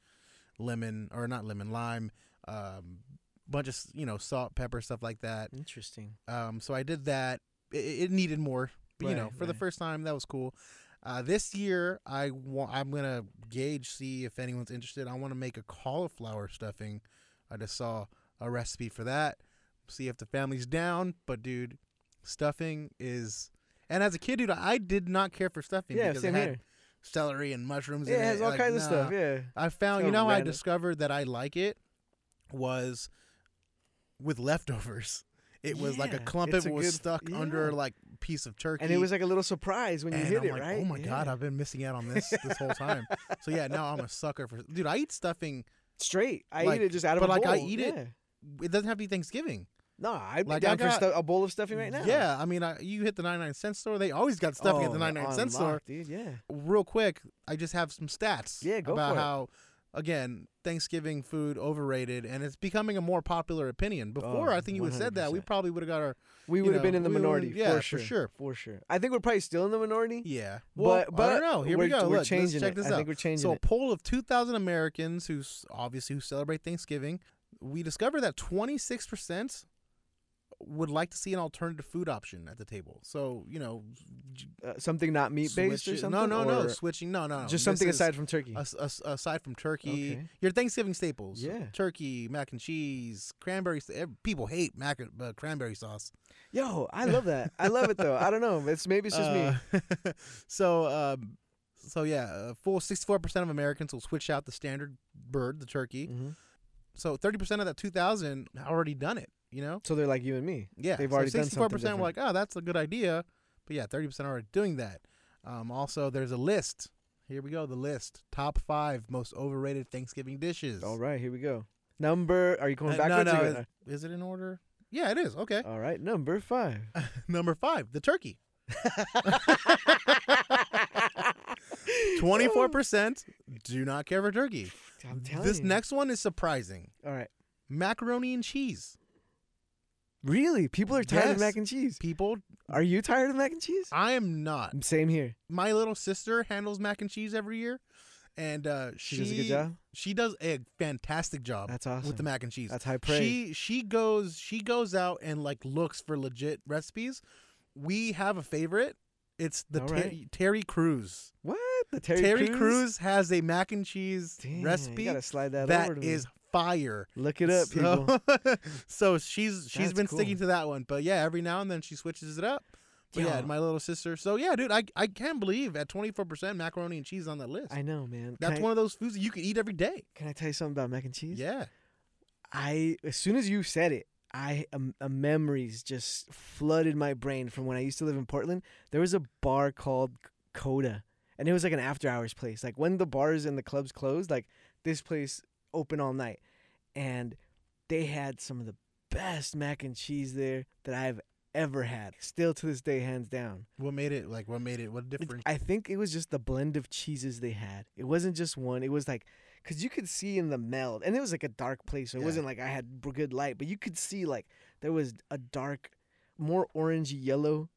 S1: lemon or not lemon, lime, um, bunch of s- you know salt, pepper, stuff like that.
S2: Interesting.
S1: Um, so I did that. It, it needed more, but you know,
S2: Right,
S1: for the
S2: right.
S1: first time, that was cool. Uh, this year, I want I'm gonna gauge see if anyone's interested. I want to make a cauliflower stuffing. I just saw a recipe for that. See if the family's down. But dude, stuffing is. And as a kid, dude, I did not care for stuffing
S2: Yeah,
S1: because it
S2: same
S1: had
S2: here.
S1: celery and mushrooms.
S2: Yeah,
S1: in
S2: it has all
S1: like,
S2: kinds of
S1: nah.
S2: stuff. Yeah.
S1: I found,
S2: So
S1: you know, how I
S2: random.
S1: discovered that I like it was with leftovers. [laughs] It was like a
S2: Yeah,
S1: clump
S2: it's
S1: of it
S2: a
S1: was
S2: good-
S1: stuck under
S2: yeah.
S1: like piece of turkey.
S2: And it was like a little surprise when you
S1: and
S2: hit
S1: I'm
S2: it,
S1: like,
S2: right?
S1: Oh my god,
S2: Yeah.
S1: I've been missing out on this this whole
S2: [laughs]
S1: time. so yeah, now I'm a sucker for dude. I eat stuffing.
S2: Straight. I
S1: Like-
S2: eat it just out of
S1: but,
S2: a
S1: like,
S2: bowl.
S1: I eat it-
S2: yeah.
S1: It doesn't have to be Thanksgiving.
S2: No, I'd be
S1: Like, I
S2: down
S1: got-
S2: for stu- a bowl of stuffing right now. Oh,
S1: Yeah, I mean, I, you hit the 99 cent store. They always got stuffing at the 99 cent store.
S2: dude. Yeah,
S1: real quick, I just have some stats
S2: Yeah, go
S1: about
S2: for it.
S1: how again, Thanksgiving food overrated and it's becoming a more popular opinion. Before
S2: Oh,
S1: I think you would have said that, we
S2: 100%.
S1: probably would have got our
S2: we
S1: you
S2: would have been
S1: know,
S2: in the
S1: we would've-
S2: minority.
S1: yeah,
S2: for
S1: for
S2: sure,
S1: sure.
S2: for sure. I think we're probably still in the minority.
S1: yeah. Well,
S2: but but
S1: I don't know. Here we
S2: we're-
S1: go.
S2: We're
S1: Look, let's
S2: changing
S1: check
S2: it.
S1: this
S2: I
S1: out.
S2: think we're changing
S1: So, a
S2: it.
S1: poll of 2,000 Americans who s- obviously who celebrate Thanksgiving, we discovered that 26% would like to see an alternative food option at the table. So, you know, j-
S2: Uh, something not meat based or
S1: switch-
S2: something.
S1: no, no, no,
S2: or
S1: switching, no, no, no.
S2: Just
S1: This
S2: something
S1: is-
S2: aside from turkey.
S1: As, as, aside from turkey,
S2: Okay.
S1: your Thanksgiving staples.
S2: Yeah.
S1: Turkey, mac and cheese, cranberry. sa- ev- People hate mac and, uh, cranberry sauce.
S2: Yo, I love that. I love it though. I don't know. It's maybe it's just me.
S1: Uh, me. [laughs] so, um, so yeah, a full 64% of Americans will switch out the standard bird, the turkey.
S2: Mhm.
S1: So 30% of that 2,000 already done it, you know?
S2: So they're like you and me.
S1: Yeah.
S2: They've
S1: so
S2: already done
S1: 64%
S2: something
S1: were like, oh, that's a good idea. But yeah, 30% are already doing that. Um, also, there's a list. Here we go, the list. Top five most overrated Thanksgiving dishes.
S2: All right, here we go. Number. Are you going
S1: Uh,
S2: backwards?
S1: No,
S2: or you Uh.
S1: no.
S2: go-
S1: Is, is it in order? Yeah, it is. Okay.
S2: All right, number five.
S1: Number five, the turkey. [laughs]
S2: [laughs]
S1: Twenty-four percent do not care for turkey.
S2: I'm telling
S1: This
S2: you.
S1: next one is surprising:
S2: All right.
S1: macaroni and cheese.
S2: Really? People are tired
S1: Yes.
S2: of mac and cheese.
S1: People,
S2: Are you tired of mac and cheese?
S1: I am not.
S2: Same here.
S1: My little sister handles mac and cheese every year, and uh, she,
S2: She, does a good job.
S1: She does a fantastic job
S2: That's awesome.
S1: with the mac and cheese.
S2: That's high praise.
S1: she she goes she goes out and like looks for legit recipes. We have a favorite. It's the
S2: All
S1: Ter-
S2: right.
S1: Terry Crews.
S2: what? The Terry,
S1: Terry, Crews? has a mac and cheese
S2: Damn,
S1: recipe
S2: You gotta slide that, over
S1: that
S2: to me.
S1: is fire.
S2: Look it up,
S1: so, [laughs]
S2: people.
S1: so she's she's
S2: That's
S1: been sticking to
S2: cool.
S1: that one, but yeah, every now and then she switches it up. But yeah,
S2: Yo.
S1: my little sister. So yeah, dude, I I can't believe at twenty four percent macaroni and cheese on that list.
S2: I know, man.
S1: That's
S2: can,
S1: one of those foods that you could eat every day.
S2: I, can I tell you something about mac and cheese?
S1: Yeah,
S2: I as soon as you said it, I um, uh, memories just flooded my brain from when I used to live in Portland. There was a bar called C- Coda, and it was like an after hours place. Like when the bars and the clubs closed, like this place open all night, and they had some of the best mac and cheese there that I've ever had. Still to this day, hands down.
S1: what made it like? What made it? What
S2: It's-
S1: difference?
S2: I think it was just the blend of cheeses they had. It wasn't just one. It was like, cause you could see in the meld, and it was like a dark place. So it
S1: Yeah.
S2: wasn't like I had b- good light, but you could see like there was a dark, more orangey yellow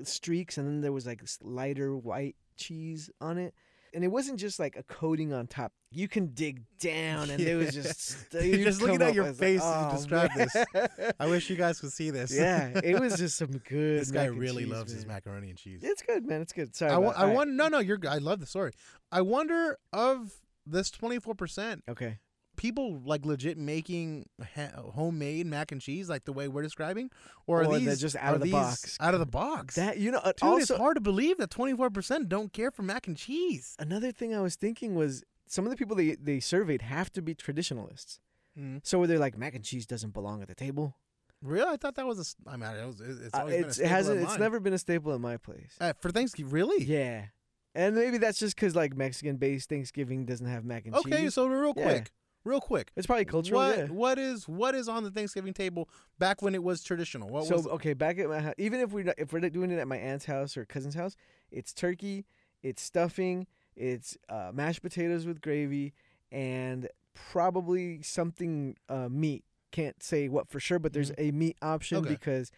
S2: uh, streaks, and then there was like s- lighter white cheese on it. And it wasn't just like a coating on top. You can dig down, and it
S1: [laughs]
S2: was
S1: Yeah.
S2: just
S1: You're just looking at your face as you describe
S2: this.
S1: I wish you guys could see this. [laughs]
S2: oh, [laughs] yeah, it was just some good.
S1: this guy
S2: mac and
S1: really
S2: cheese,
S1: loves his
S2: man.
S1: macaroni and cheese.
S2: It's good, man. It's good. Sorry.
S1: I,
S2: about
S1: wa-
S2: that.
S1: I
S2: All right.
S1: wonder. No, no, you're. g- I love the story. I wonder of this twenty four percent
S2: Okay.
S1: people like legit making ha- homemade mac and cheese like the way we're describing, or are
S2: Or they're
S1: these
S2: just out
S1: are
S2: of the
S1: these
S2: box.
S1: Out of the box.
S2: That you know. uh,
S1: Dude, it's
S2: also,
S1: hard to believe that twenty four percent don't care for mac and cheese.
S2: another thing I was thinking was some of the people they they surveyed have to be traditionalists.
S1: Mm.
S2: So they're like mac and cheese doesn't belong at the table.
S1: Really, I thought that was a. s- I mean, it was, it's
S2: Uh,
S1: always been a
S2: it's- it
S1: staple
S2: hasn't.
S1: of
S2: It's
S1: mine.
S2: never been a staple in my place.
S1: uh, for Thanksgiving. Really?
S2: Yeah, and maybe that's just because like Mexican based Thanksgiving doesn't have mac and
S1: Okay,
S2: cheese.
S1: so real
S2: Yeah.
S1: quick, real quick.
S2: It's probably cultural.
S1: what
S2: yeah.
S1: what is what is on the Thanksgiving table back when it was traditional? What
S2: so
S1: was
S2: okay, back at my house, even if we're not, if we're not doing it at my aunt's house or cousin's house, it's turkey, it's stuffing, it's uh, mashed potatoes with gravy, and probably something uh, meat. Can't say what for sure, but there's a meat option
S1: Okay.
S2: because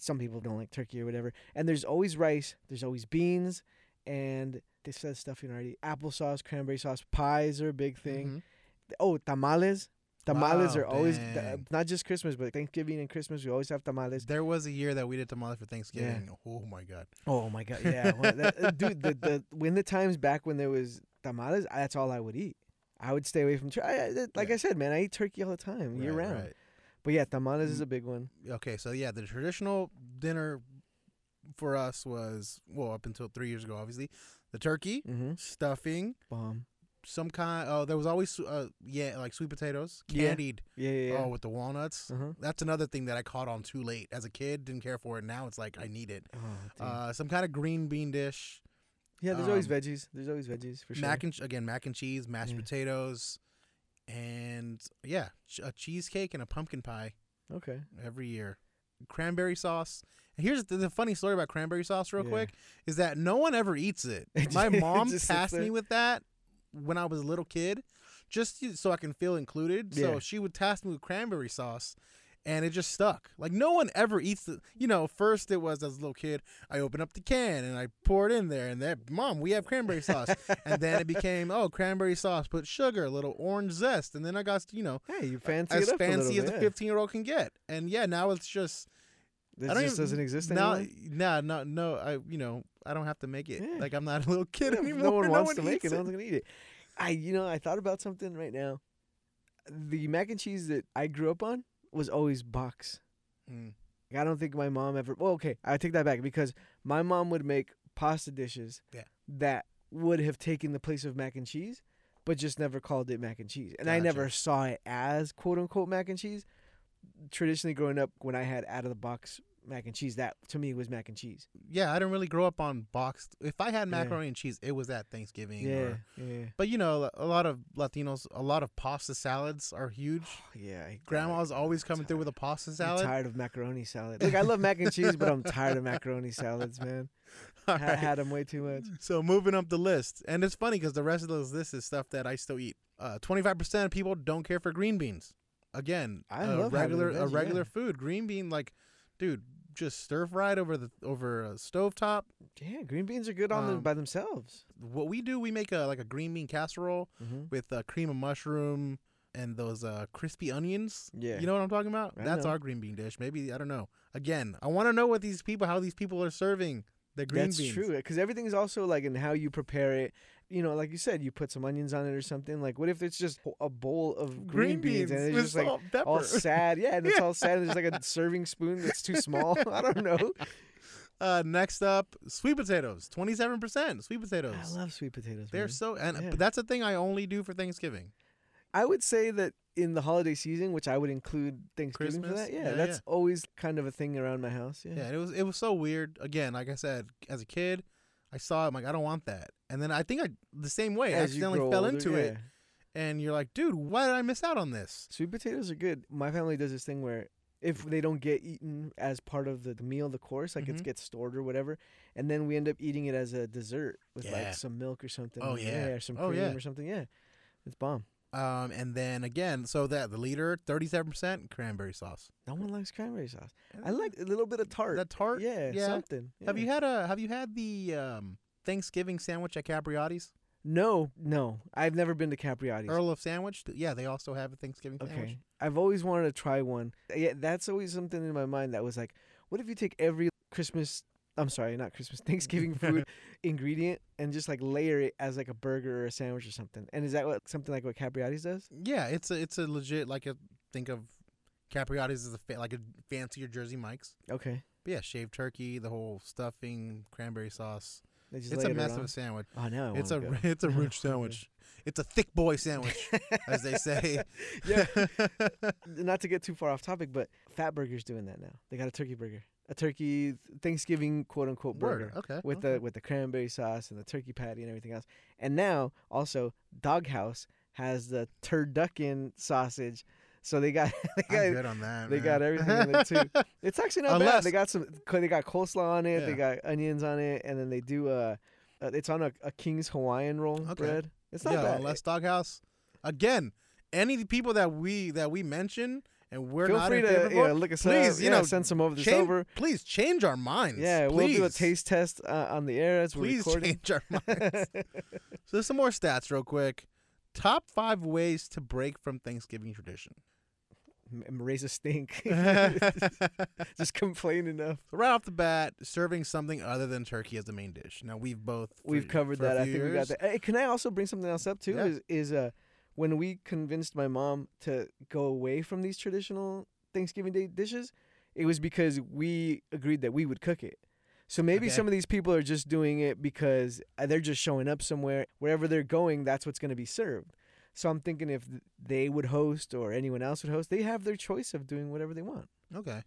S2: some people don't like turkey or whatever. And there's always rice, there's always beans, and they said stuffing already. Applesauce, cranberry sauce, pies are a big thing.
S1: Mhm.
S2: Oh, tamales. Tamales
S1: Wow,
S2: are always
S1: dang.
S2: not just Christmas, but Thanksgiving and Christmas. We always have tamales.
S1: There was a year that we did tamales for Thanksgiving. Oh my god.
S2: Oh my god, yeah, well, that- uh, dude. The, the when the times back when there was tamales, I- that's all I would eat. I would stay away from tur- I, I, like I
S1: Yeah.
S2: said, man. I eat turkey all the time, year
S1: Right,
S2: round.
S1: right. Mm.
S2: But yeah, tamales is a big one.
S1: Okay, so yeah, the traditional dinner for us was well up until three years ago, obviously, the turkey,
S2: Mm-hmm.
S1: stuffing,
S2: Bomb.
S1: some kind. Oh, there was always uh yeah like sweet potatoes,
S2: Yeah.
S1: candied.
S2: Yeah, yeah. yeah.
S1: Oh, with the walnuts.
S2: Uh-huh.
S1: That's another thing that I caught on too late as a kid. Didn't care for it. Now it's like I need it.
S2: Oh, dude.
S1: Uh, some kind of green bean dish,
S2: yeah, there's always
S1: um,
S2: veggies. There's always veggies for sure.
S1: mac and again mac and cheese, mashed
S2: Yeah.
S1: potatoes, and yeah, ch- a cheesecake and a pumpkin pie. [laughs]
S2: okay.
S1: every year. Cranberry sauce. And here's the, the funny story about cranberry sauce, real
S2: Yeah.
S1: quick, is that no one ever eats it.
S2: [laughs] It
S1: My
S2: just- it
S1: mom
S2: just sits
S1: tasked
S2: there.
S1: me with that when I was a little kid, just to- so I can feel included.
S2: Yeah.
S1: So she would task me with cranberry sauce. And it just stuck. Like no one ever eats it. You know, first it was as a little kid, I opened up the can and I pour it in there, and that mom, we have cranberry sauce.
S2: [laughs]
S1: and then it became oh, cranberry sauce, put sugar, a little orange zest, and then I got you know
S2: Hey, you fancy
S1: as
S2: it up a
S1: fancy
S2: little
S1: as a
S2: bit.
S1: 15 year old can get. And yeah, now it's just
S2: This
S1: I don't
S2: just
S1: even-
S2: doesn't exist
S1: now.
S2: anymore.
S1: Nah, no, no. I you know I don't have to make it.
S2: Yeah.
S1: Like I'm not a little kid
S2: [laughs] Yeah,
S1: anymore.
S2: No
S1: [laughs]
S2: one wants to make
S1: eats
S2: it. No one's gonna eat it. I, you know, I thought about something right now. The mac and cheese that I grew up on was always box.
S1: Mm.
S2: Like, I don't think my mom ever. Well, okay, I take that back because my mom would make pasta dishes
S1: Yeah.
S2: that would have taken the place of mac and cheese, but just never called it mac and cheese. And I
S1: Gotcha.
S2: never saw it as quote unquote mac and cheese. Traditionally, growing up, when I had out of the box mac and cheese, that to me was mac and cheese.
S1: Yeah, I didn't really grow up on boxed. If I had
S2: Yeah.
S1: macaroni and cheese, it was at Thanksgiving.
S2: Yeah,
S1: Or,
S2: yeah,
S1: [sighs] but you know, a lot of Latinos, a lot of pasta salads are
S2: Oh,
S1: huge.
S2: yeah. I-
S1: Grandma's always coming through
S2: tired.
S1: with a pasta
S2: I'm
S1: salad. [laughs]
S2: tired of macaroni salad. Look, I love mac and cheese, but I'm tired of macaroni
S1: [laughs]
S2: salads, man.
S1: All
S2: I had,
S1: right.
S2: had them way too much.
S1: So moving up the list, and it's funny because the rest of those lists is stuff that I still eat. Twenty five percent of people don't care for green beans. Again,
S2: I
S1: a
S2: love having
S1: regular
S2: them
S1: a
S2: veggie,
S1: regular
S2: yeah.
S1: food. Green bean, like, dude, just stir fried over the over a stovetop.
S2: Yeah, green beans are good on them
S1: Um,
S2: by themselves.
S1: What we do, we make a like a green bean casserole
S2: Mm-hmm.
S1: with uh, cream of mushroom and those uh, crispy onions.
S2: Yeah.
S1: You know what I'm talking about?
S2: I
S1: That's
S2: know.
S1: our green bean dish. Maybe I don't know. Again, I want to know what these people, how these people are serving the green
S2: That's
S1: beans.
S2: true because everything's also like in how you prepare it. You know, like you said, you put some onions on it or something. Like, what if it's just a bowl of green, beans, and it's
S1: with
S2: just like
S1: salt, pepper.
S2: all sad? Yeah, and
S1: [laughs]
S2: it's
S1: Yeah.
S2: all sad. And there's like a serving spoon that's too small. [laughs] I don't know.
S1: Uh, next up, sweet potatoes. Twenty-seven percent sweet potatoes.
S2: I love sweet potatoes.
S1: They're
S2: man.
S1: so, and
S2: Yeah.
S1: but that's a thing I only do for Thanksgiving.
S2: I would say that in the holiday season, which I would include Thanksgiving for
S1: Christmas?
S2: that, yeah,
S1: Yeah,
S2: that's
S1: yeah.
S2: always kind of a thing around my house. Yeah.
S1: Yeah. and it was it was so weird. Again, like I said, as a kid, I saw it. I'm like, I don't want that. And then I think I the same way I
S2: As you
S1: accidentally
S2: grow
S1: fell
S2: older,
S1: into it.
S2: yeah.
S1: And you're like, dude, why did I miss out on this?
S2: Sweet potatoes are good. My family does this thing where if they don't get eaten as part of the the meal, the course, like it
S1: Mhm.
S2: gets stored or whatever, and then we end up eating it as a dessert with
S1: Yeah.
S2: like some milk or something.
S1: Oh,
S2: and-
S1: yeah.
S2: or some cream
S1: Oh, yeah.
S2: or something. Yeah, it's bomb.
S1: Um, and then again, so that the leader, thirty-seven percent cranberry sauce.
S2: No one likes cranberry sauce. I like a little bit of tart.
S1: that Uh, tart.
S2: Yeah,
S1: yeah.
S2: something.
S1: Have
S2: yeah.
S1: you had a Have you had the um, Thanksgiving sandwich at Capriotti's?
S2: No, no. I've never been to Capriotti's.
S1: Earl of Sandwich. Yeah, they also have a Thanksgiving sandwich.
S2: Okay. I've always wanted to try one. Yeah, that's always something in my mind that was like, what if you take every Christmas I'm sorry, not Christmas, [laughs]
S1: [laughs]
S2: Thanksgiving food ingredient and just like layer it as like a burger or a sandwich or something. And is that what something like what Capriati's does?
S1: Yeah, it's a it's a legit like a think of Capriotti's as a fa- like a fancier Jersey Mike's.
S2: Okay.
S1: But yeah, shaved turkey, the whole stuffing, cranberry sauce.
S2: They just
S1: it's
S2: lay
S1: a
S2: it
S1: mess of a
S2: around.
S1: sandwich.
S2: Oh no.
S1: It's a ri- [laughs] it's a
S2: [laughs] I
S1: rich
S2: wanna go.
S1: sandwich. It's a thick boy sandwich, as
S2: [laughs]
S1: they say. [laughs]
S2: yeah. Not to get too far off topic, but Fatburger's doing that now. They got a turkey burger. A turkey Thanksgiving quote unquote burger.
S1: Word. Okay.
S2: with
S1: okay.
S2: the with the cranberry sauce and the turkey patty and everything else. And now also Doghouse has the turducken sausage. So they got [laughs] they
S1: I'm
S2: got
S1: good on that.
S2: they
S1: man.
S2: got everything in there, too.
S1: [laughs]
S2: it's actually not
S1: Unless-
S2: bad. They got some they got coleslaw on it. They got onions on it, and then they do a, uh it's on a, a King's Hawaiian roll
S1: Okay.
S2: bread. It's not
S1: yeah,
S2: bad.
S1: unless Doghouse. Again, any of the people that we that we mention and and we're
S2: Feel
S1: not
S2: free
S1: in
S2: to
S1: favor
S2: yeah,
S1: of.
S2: look us
S1: Please,
S2: up.
S1: you
S2: yeah,
S1: know,
S2: send some over this
S1: change,
S2: over.
S1: Please change our minds.
S2: Yeah,
S1: please.
S2: we'll do a taste test uh, on the air as we're
S1: Please
S2: recording. [laughs]
S1: change our minds. so some more stats, real quick. Top five ways to break from Thanksgiving
S2: [laughs]
S1: tradition.
S2: M- Raise
S1: [laughs]
S2: a stink. [laughs]
S1: so
S2: Just complain enough.
S1: right off the bat, serving something other than turkey as the main dish. Now we've both
S2: We've
S1: for-
S2: covered
S1: for a
S2: that. I
S1: few
S2: think we got
S1: years.
S2: that. Hey, can I also bring something else up too?
S1: Yeah.
S2: Is is uh when we convinced my mom to go away from these traditional Thanksgiving Day dishes, it was because we agreed that we would cook it. So maybe
S1: Okay.
S2: some of these people are just doing it because uh, they're just showing up somewhere. Wherever they're going, that's what's going to be served. So I'm thinking if th- they would host or anyone else would host, they have their choice of doing whatever they want.
S1: Okay.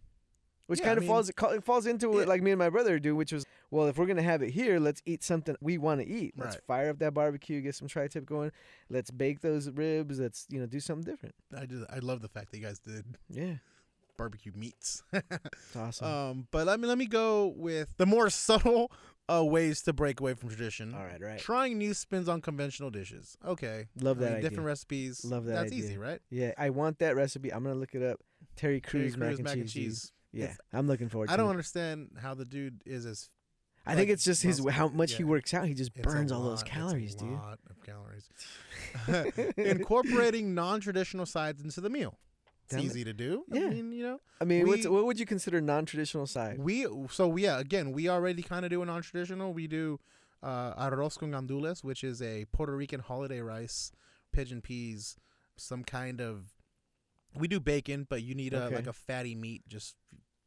S2: Which
S1: Yeah, I
S2: kind of
S1: mean-
S2: falls it ca- it falls into
S1: Yeah.
S2: it like me and my brother do, which was well, if we're gonna have it here, let's eat something we want to eat. Let's
S1: Right.
S2: fire up that barbecue, get some tri-tip going. Let's bake those ribs. Let's you know do something different.
S1: I just I love the fact that you guys did
S2: Yeah,
S1: barbecue meats. [laughs]
S2: it's awesome.
S1: um, but let me let me go with the more [laughs] subtle uh, ways to break away from tradition.
S2: All right, right.
S1: Trying new spins on conventional dishes. Okay.
S2: Love
S1: I
S2: that
S1: mean,
S2: idea.
S1: different recipes.
S2: Love that
S1: That's
S2: idea.
S1: easy, right?
S2: yeah, I want that recipe. I'm gonna look it up.
S1: Terry
S2: Terry Crews, mac,
S1: Crews
S2: and,
S1: mac
S2: cheese.
S1: and cheese.
S2: Yeah,
S1: It's-
S2: I'm looking forward. to
S1: I don't
S2: It.
S1: understand how the dude is as
S2: I think
S1: like,
S2: it's just his
S1: most of
S2: how
S1: it,
S2: much he
S1: yeah.
S2: works out. He just
S1: it's a
S2: burns all those
S1: lot- it's a
S2: calories, dude.
S1: lot of calories. [laughs] Incorporating non-traditional sides into the meal. It's
S2: Damn it.
S1: easy to do. I
S2: Yeah.
S1: mean, you know,
S2: I mean, what's,
S1: We-
S2: what would you consider non-traditional side?
S1: we so yeah. Again, we already kind of do a non-traditional. We do uh, arroz con gandules, which is a Puerto Rican holiday rice, pigeon peas, some kind of. We do bacon, but you need a
S2: Okay.
S1: like a fatty meat just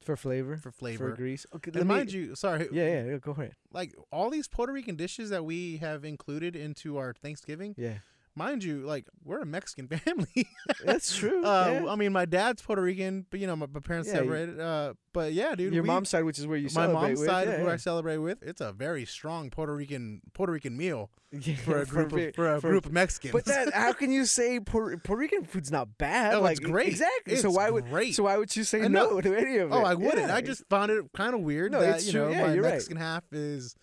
S2: For flavor,
S1: for flavor.
S2: for grease. Okay,
S1: and mind you, sorry,
S2: yeah, yeah, go for it.
S1: like all these Puerto Rican dishes that we have included into our Thanksgiving,
S2: Yeah,
S1: mind you, like we're a Mexican [laughs] family.
S2: that's true.
S1: uh,
S2: yeah.
S1: I mean, my dad's Puerto Rican, but you know, my, my parents
S2: Yeah, you-
S1: separated. Uh, but yeah, dude,
S2: Your
S1: we,
S2: mom's side, which is where you
S1: my
S2: celebrate
S1: mom's
S2: with,
S1: side,
S2: yeah,
S1: of who
S2: yeah.
S1: I [laughs] celebrate with, it's a very strong Puerto Rican Puerto Rican [laughs] meal
S2: Yeah,
S1: for a group
S2: being-
S1: of, for a
S2: for-
S1: group of Mexicans.
S2: But that, how can you say Puerto, Puerto Rican food's not
S1: [laughs]
S2: bad?
S1: Oh,
S2: like e,
S1: it's great.
S2: exactly. so
S1: It's
S2: why would
S1: great.
S2: so why would you say
S1: I know.
S2: no to any of it?
S1: oh, I wouldn't.
S2: Yeah.
S1: I just found it kind of weird
S2: No,
S1: that
S2: it's
S1: you
S2: true.
S1: know
S2: Yeah,
S1: my
S2: you're right.
S1: Mexican half is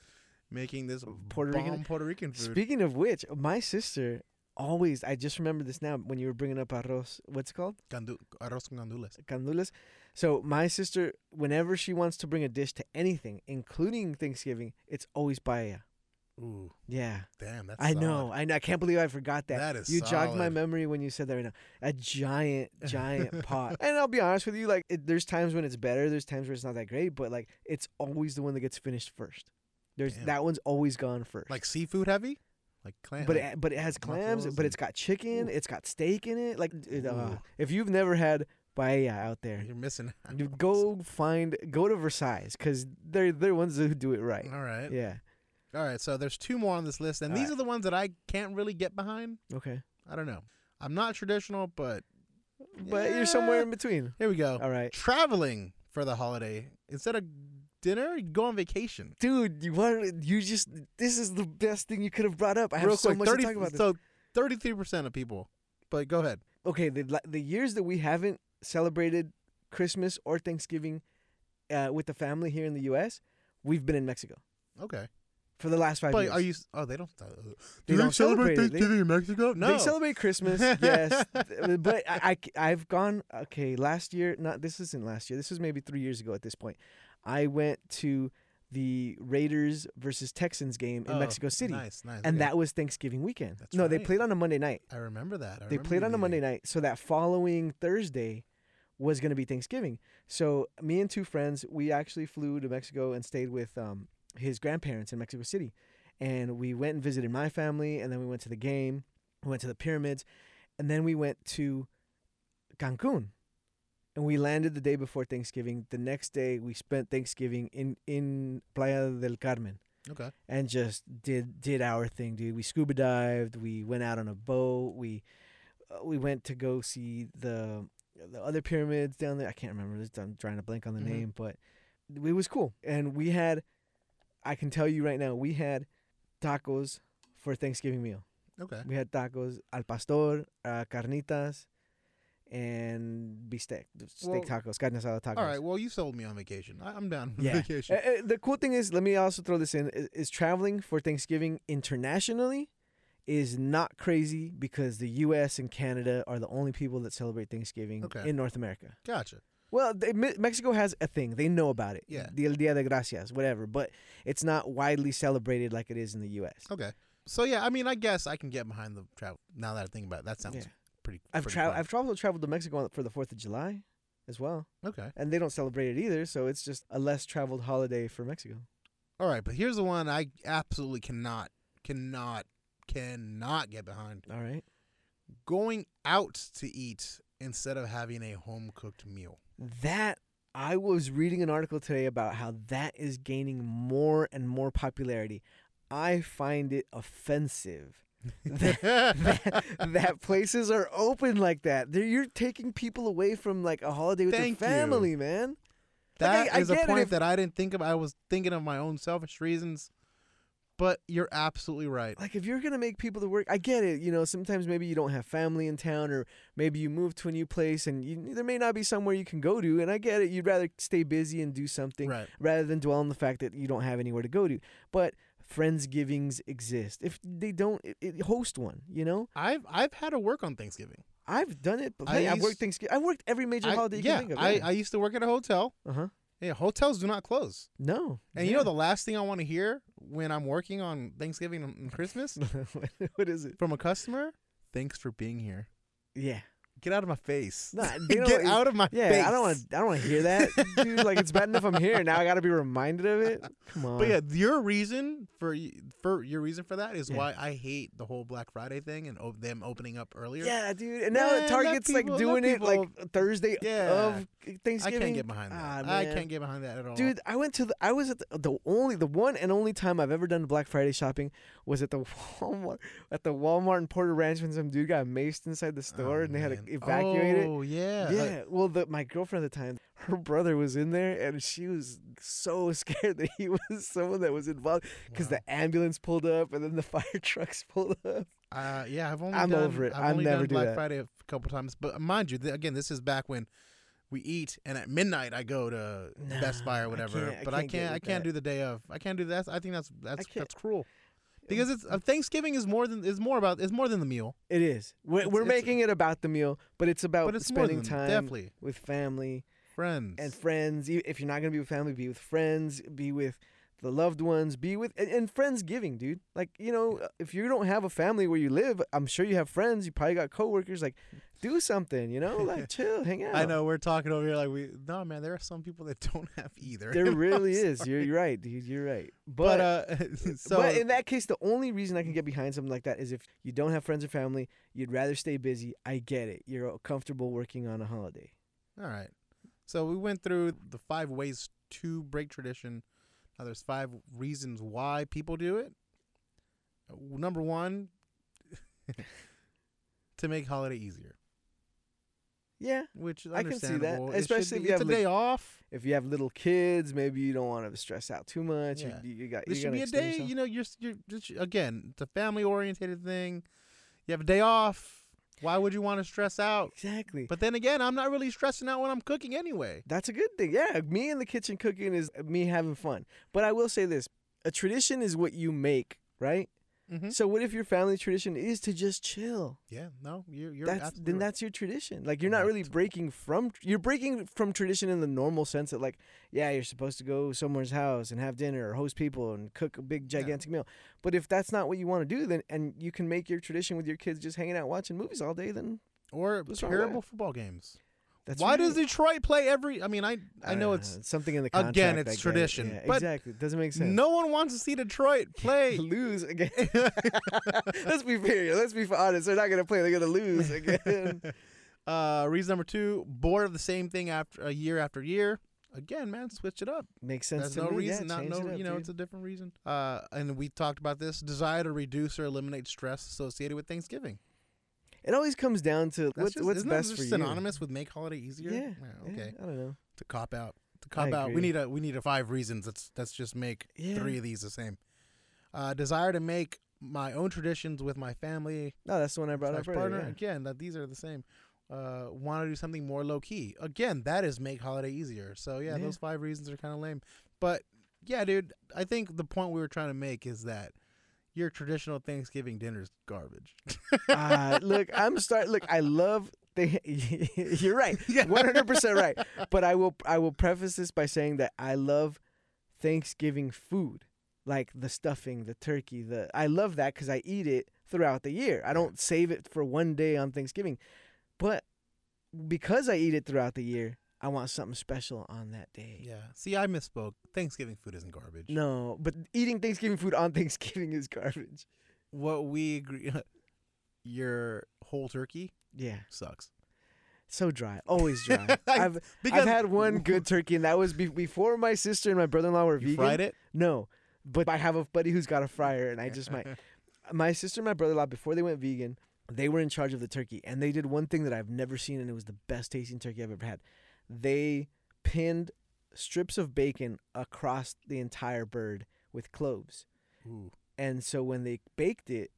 S1: making this
S2: Puerto Rican-
S1: bomb Puerto Rican food.
S2: speaking of which, my sister always. I just remembered this now when you were bringing up arroz. What's it called?
S1: Gandu- arroz con gandules.
S2: candules. So my sister, whenever she wants to bring a dish to anything, including Thanksgiving, it's always paella.
S1: Ooh,
S2: Yeah,
S1: damn, that's
S2: I
S1: solid.
S2: know, I know. I can't believe I forgot that.
S1: That is
S2: you jogged my
S1: solid.
S2: memory when you said that right now.
S1: [laughs]
S2: A giant, giant pot. And I'll be honest with you, like it, there's times when it's better, there's times where it's not that great, but like it's always the one that gets finished first. There's
S1: Damn.
S2: that one's always gone first.
S1: like seafood heavy, like clam.
S2: but
S1: like-
S2: it, but it has clams,
S1: mussels
S2: but
S1: and-
S2: it's got chicken, it's got steak in it. Like it, uh,
S1: Ooh.
S2: if you've never had paella out there,
S1: [laughs] You're missing. out.
S2: [laughs] you go find go to Versailles because they're they're ones who do it right.
S1: [laughs] All right.
S2: Yeah.
S1: All right. So there's two more on this list, and
S2: All
S1: these
S2: right.
S1: are the ones that I can't really get behind.
S2: Okay.
S1: I don't know. I'm not traditional, but
S2: But you're somewhere in between.
S1: here we go.
S2: All right.
S1: Traveling for the holiday instead of dinner, you go on vacation.
S2: dude, you want you just this is the best thing you could have brought up. I have so much to talk about. This.
S1: so 33 percent of people. But go ahead.
S2: Okay, the la- the years that we haven't celebrated Christmas or Thanksgiving uh, with the family here in the U.S., we've been in Mexico
S1: Okay.
S2: for the last five
S1: but
S2: years.
S1: are you? Oh, they don't. do
S2: They
S1: they
S2: don't
S1: celebrate
S2: celebrate it. They-
S1: Thanksgiving in Mexico? No.
S2: They
S1: [laughs]
S2: celebrate Christmas, yes, th- but I, have gone. Okay, last year, not this isn't last year. This was maybe three years ago at this point. I went to the Raiders versus Texans game in
S1: Oh,
S2: Mexico City,
S1: Nice, nice.
S2: and
S1: okay.
S2: that was Thanksgiving weekend.
S1: That's
S2: no, they
S1: right.
S2: played on a Monday night.
S1: I remember that. I
S2: they
S1: remember
S2: played
S1: you
S2: on a
S1: being-
S2: Monday night, so that following Thursday was going to be Thanksgiving. So me and two friends, we actually flew to Mexico and stayed with um, his grandparents in Mexico City, and we went and visited my family, and then we went to the game, we went to the pyramids, and then we went to Cancun, and we landed the day before Thanksgiving. The next day, we spent Thanksgiving in in Playa del Carmen
S1: Okay.
S2: and just did did our thing, dude. We scuba dived. We went out on a boat. We uh, we went to go see the the other pyramids down there. I can't remember. It's- I'm drawing a blank on the
S1: Mhm.
S2: name, but it was cool. And we had, I can tell you right now, we had tacos for Thanksgiving meal.
S1: Okay.
S2: We had tacos al pastor, uh, carnitas, and bistec, steak
S1: Well,
S2: tacos, carne asada tacos.
S1: All right. Well, you sold me on vacation. I, I'm down [laughs] with
S2: Yeah.
S1: vacation.
S2: Uh, uh, the cool thing is, let me also throw this in: is, is traveling for Thanksgiving internationally is not crazy because the U.S. and Canada are the only people that celebrate Thanksgiving
S1: Okay.
S2: in North America.
S1: Gotcha.
S2: Well, they, Me- Mexico has a thing; they know about it.
S1: Yeah.
S2: Dia, Dia de Gracias, whatever, but it's not widely celebrated like it is in the U.S.
S1: Okay. So yeah, I mean, I guess I can get behind the travel. Now that I think about it, that sounds
S2: Yeah.
S1: pretty.
S2: I've
S1: pretty
S2: traveled.
S1: fun.
S2: I've traveled traveled to Mexico on- for the Fourth of July, as well,
S1: okay.
S2: and they don't celebrate it either. So it's just a less traveled holiday for Mexico.
S1: All right, but here's the one I absolutely cannot, cannot, cannot get behind.
S2: All right.
S1: Going out to eat instead of having a home cooked meal. [laughs]
S2: That I was reading an article today about how that is gaining more and more popularity. I find it offensive [laughs] [laughs] that, that, that places are open like that. They're, you're taking people away from like a holiday with
S1: Thank you.
S2: their family, man.
S1: That is
S2: I- I
S1: a
S2: get it
S1: point
S2: if-
S1: that I didn't think of. I was thinking of my own selfish reasons, but you're absolutely right.
S2: Like if you're gonna make people to work, I get it. You know, sometimes maybe you don't have family in town, or maybe you move to a new place, and you, there may not be somewhere you can go to. And I get it. You'd rather stay busy and do something
S1: Right.
S2: rather than dwell on the fact that you don't have anywhere to go to. But friendsgivings exist. If they don't, it, it, host one. You know,
S1: I've I've had to work on Thanksgiving.
S2: I've done it. But
S1: I
S2: hey, I've worked
S1: used-
S2: Thanksgiving. I worked every major
S1: I-
S2: holiday you
S1: yeah,
S2: can think of.
S1: I, I used to work at a hotel.
S2: uh huh.
S1: Yeah, hotels do not close.
S2: No.
S1: And you know the last thing I want to hear when I'm working on Thanksgiving and and Christmas
S2: the [laughs] what is it?
S1: from a customer, thanks for being here.
S2: Yeah.
S1: Get out of my face. [laughs]
S2: No, they don't-
S1: Get out of my
S2: Yeah,
S1: face.
S2: I don't want. I don't want to hear that, dude. Like it's bad enough I'm here now. I got to be reminded of it. Come on.
S1: But yeah, your reason for y- for your reason for that is
S2: Yeah.
S1: why I hate the whole Black Friday thing and o- them opening up earlier.
S2: Yeah, dude. And now
S1: Man, let
S2: Target's
S1: people-
S2: like
S1: let
S2: doing it
S1: people-
S2: like Thursday
S1: Yeah.
S2: of
S1: I
S2: Thanksgiving.
S1: can't get behind that.
S2: Ah,
S1: I
S2: man.
S1: can't get behind that at all.
S2: Dude, I went to the I was at the, the only the one and only time I've ever done Black Friday shopping was at the [laughs] Walmart at the Walmart in Porter Ranch when some dude got maced inside the store
S1: Oh,
S2: and they had
S1: man.
S2: to evacuate it.
S1: Oh yeah.
S2: Yeah.
S1: Like,
S2: well, the, my girlfriend at the time, her brother was in there, and she was so [laughs] scared that he was someone that was involved because
S1: Wow.
S2: the ambulance pulled up and then the [laughs] fire trucks pulled up.
S1: uh, yeah. I've only
S2: I'm
S1: done,
S2: over it.
S1: I've
S2: I'll
S1: only
S2: never
S1: done
S2: do
S1: Black
S2: that.
S1: Friday a couple times, but mind you, th- again, this is back when we eat and at midnight I go to Best
S2: Nah,
S1: Buy
S2: I
S1: or whatever.
S2: can't- I
S1: but I
S2: can't get
S1: can't. I
S2: with
S1: can't
S2: that.
S1: do the day of. I can't do that. I think that's that's
S2: can't- mm.
S1: that's cruel. Because it's uh, Thanksgiving is more than is more about is more than the meal,
S2: It is. We're,
S1: It's-
S2: we're
S1: it's-
S2: making it about the meal, but it's about
S1: but it's
S2: Oh, spending
S1: more than
S2: time
S1: definitely
S2: with family
S1: friends.
S2: and friends. E- If you're not gonna be with family, be with friends. Be with the loved ones. Be with and, and friendsgiving, dude. Like you know, if you don't have a family where you live, I'm sure you have friends. You probably got coworkers. Like, do something. You know,
S1: [laughs]
S2: like chill, hang out.
S1: I know we're talking over here like we no man. There are some people that [laughs] don't have either.
S2: There
S1: I'm [laughs]
S2: really is. You're,
S1: sorry.
S2: you're right, dude. You're right. But
S1: But
S2: but,
S1: uh, [laughs] so
S2: in that case, the only reason I can get behind something like that is if you don't have friends or family, you'd rather stay busy. I get it. You're comfortable working on a holiday.
S1: all right, so we went through the five ways to break tradition. Now there's five reasons why people do it. Number one, [laughs] to make holiday easier,
S2: Yeah.
S1: which is
S2: I can see that,
S1: understandable. It should
S2: especially if
S1: be-
S2: you
S1: it's
S2: have,
S1: a
S2: like,
S1: day off.
S2: If you have little kids, maybe you don't want to stress out too much.
S1: Yeah.
S2: You, you got.
S1: This
S2: you
S1: should
S2: gotta
S1: be a
S2: extend
S1: day.
S2: yourself.
S1: You know, you're you're just, again, it's a family oriented thing. You have a day off. Why would you want to stress out?
S2: Exactly.
S1: But then again, I'm not really stressing out when I'm cooking anyway.
S2: That's a good thing. Yeah, me in the kitchen cooking is me having fun. But I will say this: a tradition is what you make, right?
S1: Mhm.
S2: So what if your family tradition is to just chill?
S1: Yeah, no, you're you're
S2: that's
S1: absolutely
S2: then
S1: right.
S2: that's your tradition. Like you're not really
S1: Correct.
S2: breaking from you're breaking from tradition in the normal sense that like yeah you're supposed to go someone's house and have dinner or host people and cook a big gigantic meal. But if that's not what you want to do, then and you can make your tradition with your kids just hanging out watching movies all day, then
S1: or
S2: what's wrong with
S1: terrible football games.
S2: that's
S1: Why
S2: right.
S1: does Detroit play every? I mean, I I know
S2: Uh,
S1: it's
S2: something in the
S1: again,
S2: contract.
S1: it's
S2: I get it.
S1: tradition,
S2: Yeah,
S1: but
S2: exactly. It doesn't make sense.
S1: no one wants to see Detroit play.
S2: [laughs] lose again. [laughs] let's be fair. Let's be honest. They're not gonna play. They're gonna
S1: [laughs]
S2: lose again.
S1: uh, reason number two: bored of the same thing after a year after year. Again, man, switch it up.
S2: Makes sense.
S1: There's
S2: to
S1: no
S2: me.
S1: reason,
S2: Yeah,
S1: not
S2: change
S1: no,
S2: it up,
S1: you know,
S2: dude.
S1: it's a different reason. Uh, and we talked about this desire to reduce or eliminate stress associated with Thanksgiving.
S2: It always comes down to
S1: That's
S2: what's
S1: just-
S2: what's
S1: isn't
S2: best
S1: that
S2: for
S1: just synonymous with make holiday
S2: you.
S1: easier?
S2: Yeah. yeah,
S1: okay.
S2: I don't know.
S1: To cop out. To cop out. We
S2: agree.
S1: need a we need a five reasons. Let's let's just make
S2: Yeah.
S1: three of these the same. Uh, desire to make my own traditions with my family
S2: No, that's the one I brought
S1: slash
S2: up
S1: partner.
S2: earlier.
S1: Again, that these are the same. Uh, want to do something more low key. Again, that is make holiday easier. So yeah,
S2: Yeah.
S1: those five reasons are kind of lame. But yeah, dude, I think the point we were trying to make is that your traditional Thanksgiving dinner's
S2: [laughs]
S1: garbage. [laughs]
S2: uh, look, I'm start. Look, I love. Th- [laughs] you're right, 100 percent right. But I will. I will preface this by saying that I love Thanksgiving food, like the stuffing, the turkey. The I love that because I eat it throughout the year. I don't save it for one day on Thanksgiving, but because I eat it throughout the year, I want something special on that day.
S1: Yeah. See, I misspoke. Thanksgiving food isn't garbage.
S2: No, but eating Thanksgiving food on Thanksgiving is garbage.
S1: What we agree, [laughs] your whole turkey
S2: Yeah.
S1: sucks.
S2: [laughs] So dry, always [laughs] dry.
S1: I-
S2: I've
S1: [laughs] Because
S2: I've had one good turkey, and that was be- before my sister and my brother-in-law were
S1: You
S2: vegan.
S1: fried it.
S2: No, but I have a buddy who's got a fryer, and I just [laughs] might. My sister and my brother-in-law before they went vegan, they were in charge of the turkey, and they did one thing that I've never seen, and it was the best tasting turkey I've ever had. They pinned strips of bacon across the entire bird with cloves,
S1: Ooh.
S2: and so when they baked it,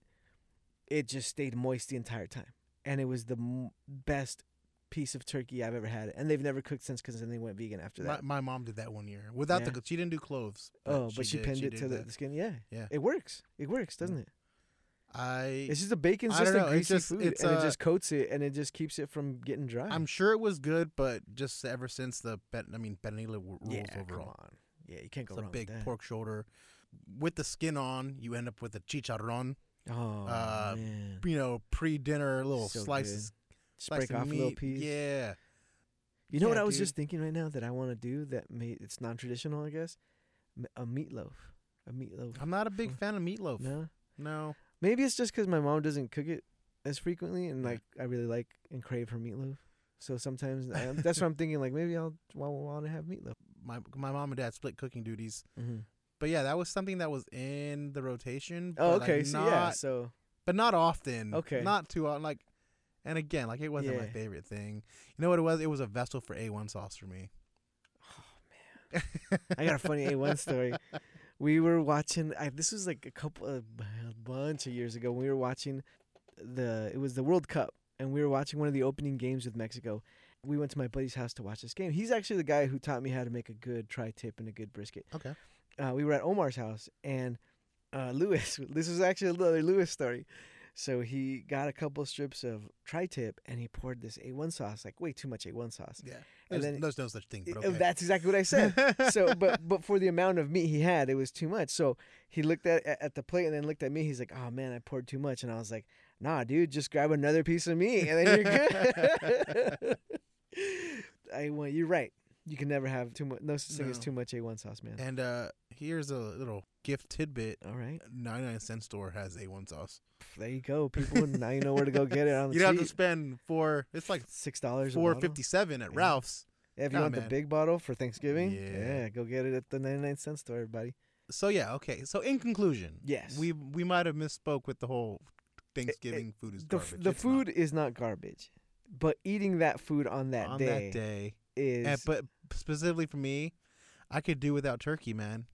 S2: it just stayed moist the entire time, and it was the m- best piece of turkey I've ever had, and they've never cooked since because then they went vegan after
S1: My,
S2: that.
S1: my mom did that one year without
S2: Yeah.
S1: the. She didn't do cloves.
S2: oh, but she,
S1: did-
S2: pinned it
S1: did
S2: to the,
S1: that.
S2: the skin. Yeah,
S1: Yeah.
S2: it works. It works, doesn't it?
S1: I.
S2: It's just a bacon's
S1: I don't
S2: just
S1: know,
S2: a
S1: it's
S2: greasy
S1: just-
S2: food,
S1: it's,
S2: and
S1: uh,
S2: it just coats it, and it just keeps it from getting dry.
S1: I'm sure it was good, but just ever since the ben, I mean Benila w-
S2: yeah,
S1: rules overall.
S2: come on. Yeah, you can't go
S1: It's a
S2: wrong.
S1: big
S2: with that.
S1: pork shoulder with the skin on. You end up with a chicharron.
S2: Oh
S1: uh,
S2: man,
S1: You know, pre-dinner little
S2: So
S1: slices,
S2: just
S1: slice
S2: break
S1: of
S2: off
S1: meat.
S2: a little piece.
S1: Yeah,
S2: You know what
S1: Yeah,
S2: I was
S1: dude.
S2: just thinking right now that I want to do that may it's non-traditional, I guess. M- A meatloaf, a meatloaf.
S1: I'm not a big fan of meatloaf. No,
S2: Mm. No, maybe it's just because my mom doesn't cook it as frequently, and
S1: Yeah.
S2: like I really like and crave her meatloaf.
S1: [laughs]
S2: So sometimes I, that's what I'm thinking. Like maybe I'll want to have meatloaf.
S1: my my mom and dad split cooking duties.
S2: Mm-hmm.
S1: But yeah, that was something that was in the rotation.
S2: Oh,
S1: but,
S2: okay.
S1: Like
S2: so
S1: not,
S2: yeah. So
S1: but not often.
S2: Okay.
S1: not too often. Like, and again, like it wasn't my
S2: Yeah.
S1: favorite thing. You know what it was? It was a vessel for A1 sauce for me.
S2: Oh, I got a funny
S1: [laughs]
S2: A1 story. We were watching. I, this was like a couple, a b- a bunch of years ago. We were watching the. It was the World Cup, and we were watching one of the opening games with Mexico. We went to my buddy's house to watch this game. He's actually the guy who taught me how to make a good tri-tip and a good brisket.
S1: Okay.
S2: Uh, we were at Omar's house, and uh, Lewis. [laughs] This was actually another Lewis story. So he got a couple strips of tri-tip, and he poured this A1 sauce, like way too much A1 sauce.
S1: Yeah.
S2: And
S1: There's,
S2: then-
S1: there's no such thing. But
S2: Uh,
S1: okay.
S2: That's exactly what I said
S1: [laughs]
S2: so but but for the amount of meat he had it was too much so he looked at at at the plate and then looked at me he's like oh man i poured too much and i was like nah dude just grab another piece of meat and then you're good [laughs] i want you're right you can never have too much no such thing as
S1: No.
S2: too much a1 sauce man
S1: and uh, here's a little gift tidbit.
S2: all right
S1: 99 cent store has A1 sauce.
S2: there you go people now you know where to go get it
S1: [laughs]
S2: on the
S1: You don't have to
S2: cheap.
S1: spend four. It's like
S2: six dollars
S1: four fifty seven at
S2: Yeah.
S1: Ralph's.
S2: yeah, if you
S1: Nah,
S2: want
S1: man.
S2: the big bottle for thanksgiving
S1: Yeah.
S2: go get it at the 99 cent store everybody
S1: So yeah, okay. So in conclusion,
S2: Yes.
S1: we we might have misspoke with the whole Thanksgiving food is
S2: the,
S1: garbage.
S2: f- the
S1: It's not.
S2: food is not garbage but eating that food on that
S1: on
S2: day
S1: that day,
S2: is
S1: and, but specifically for me, I could do without turkey, man,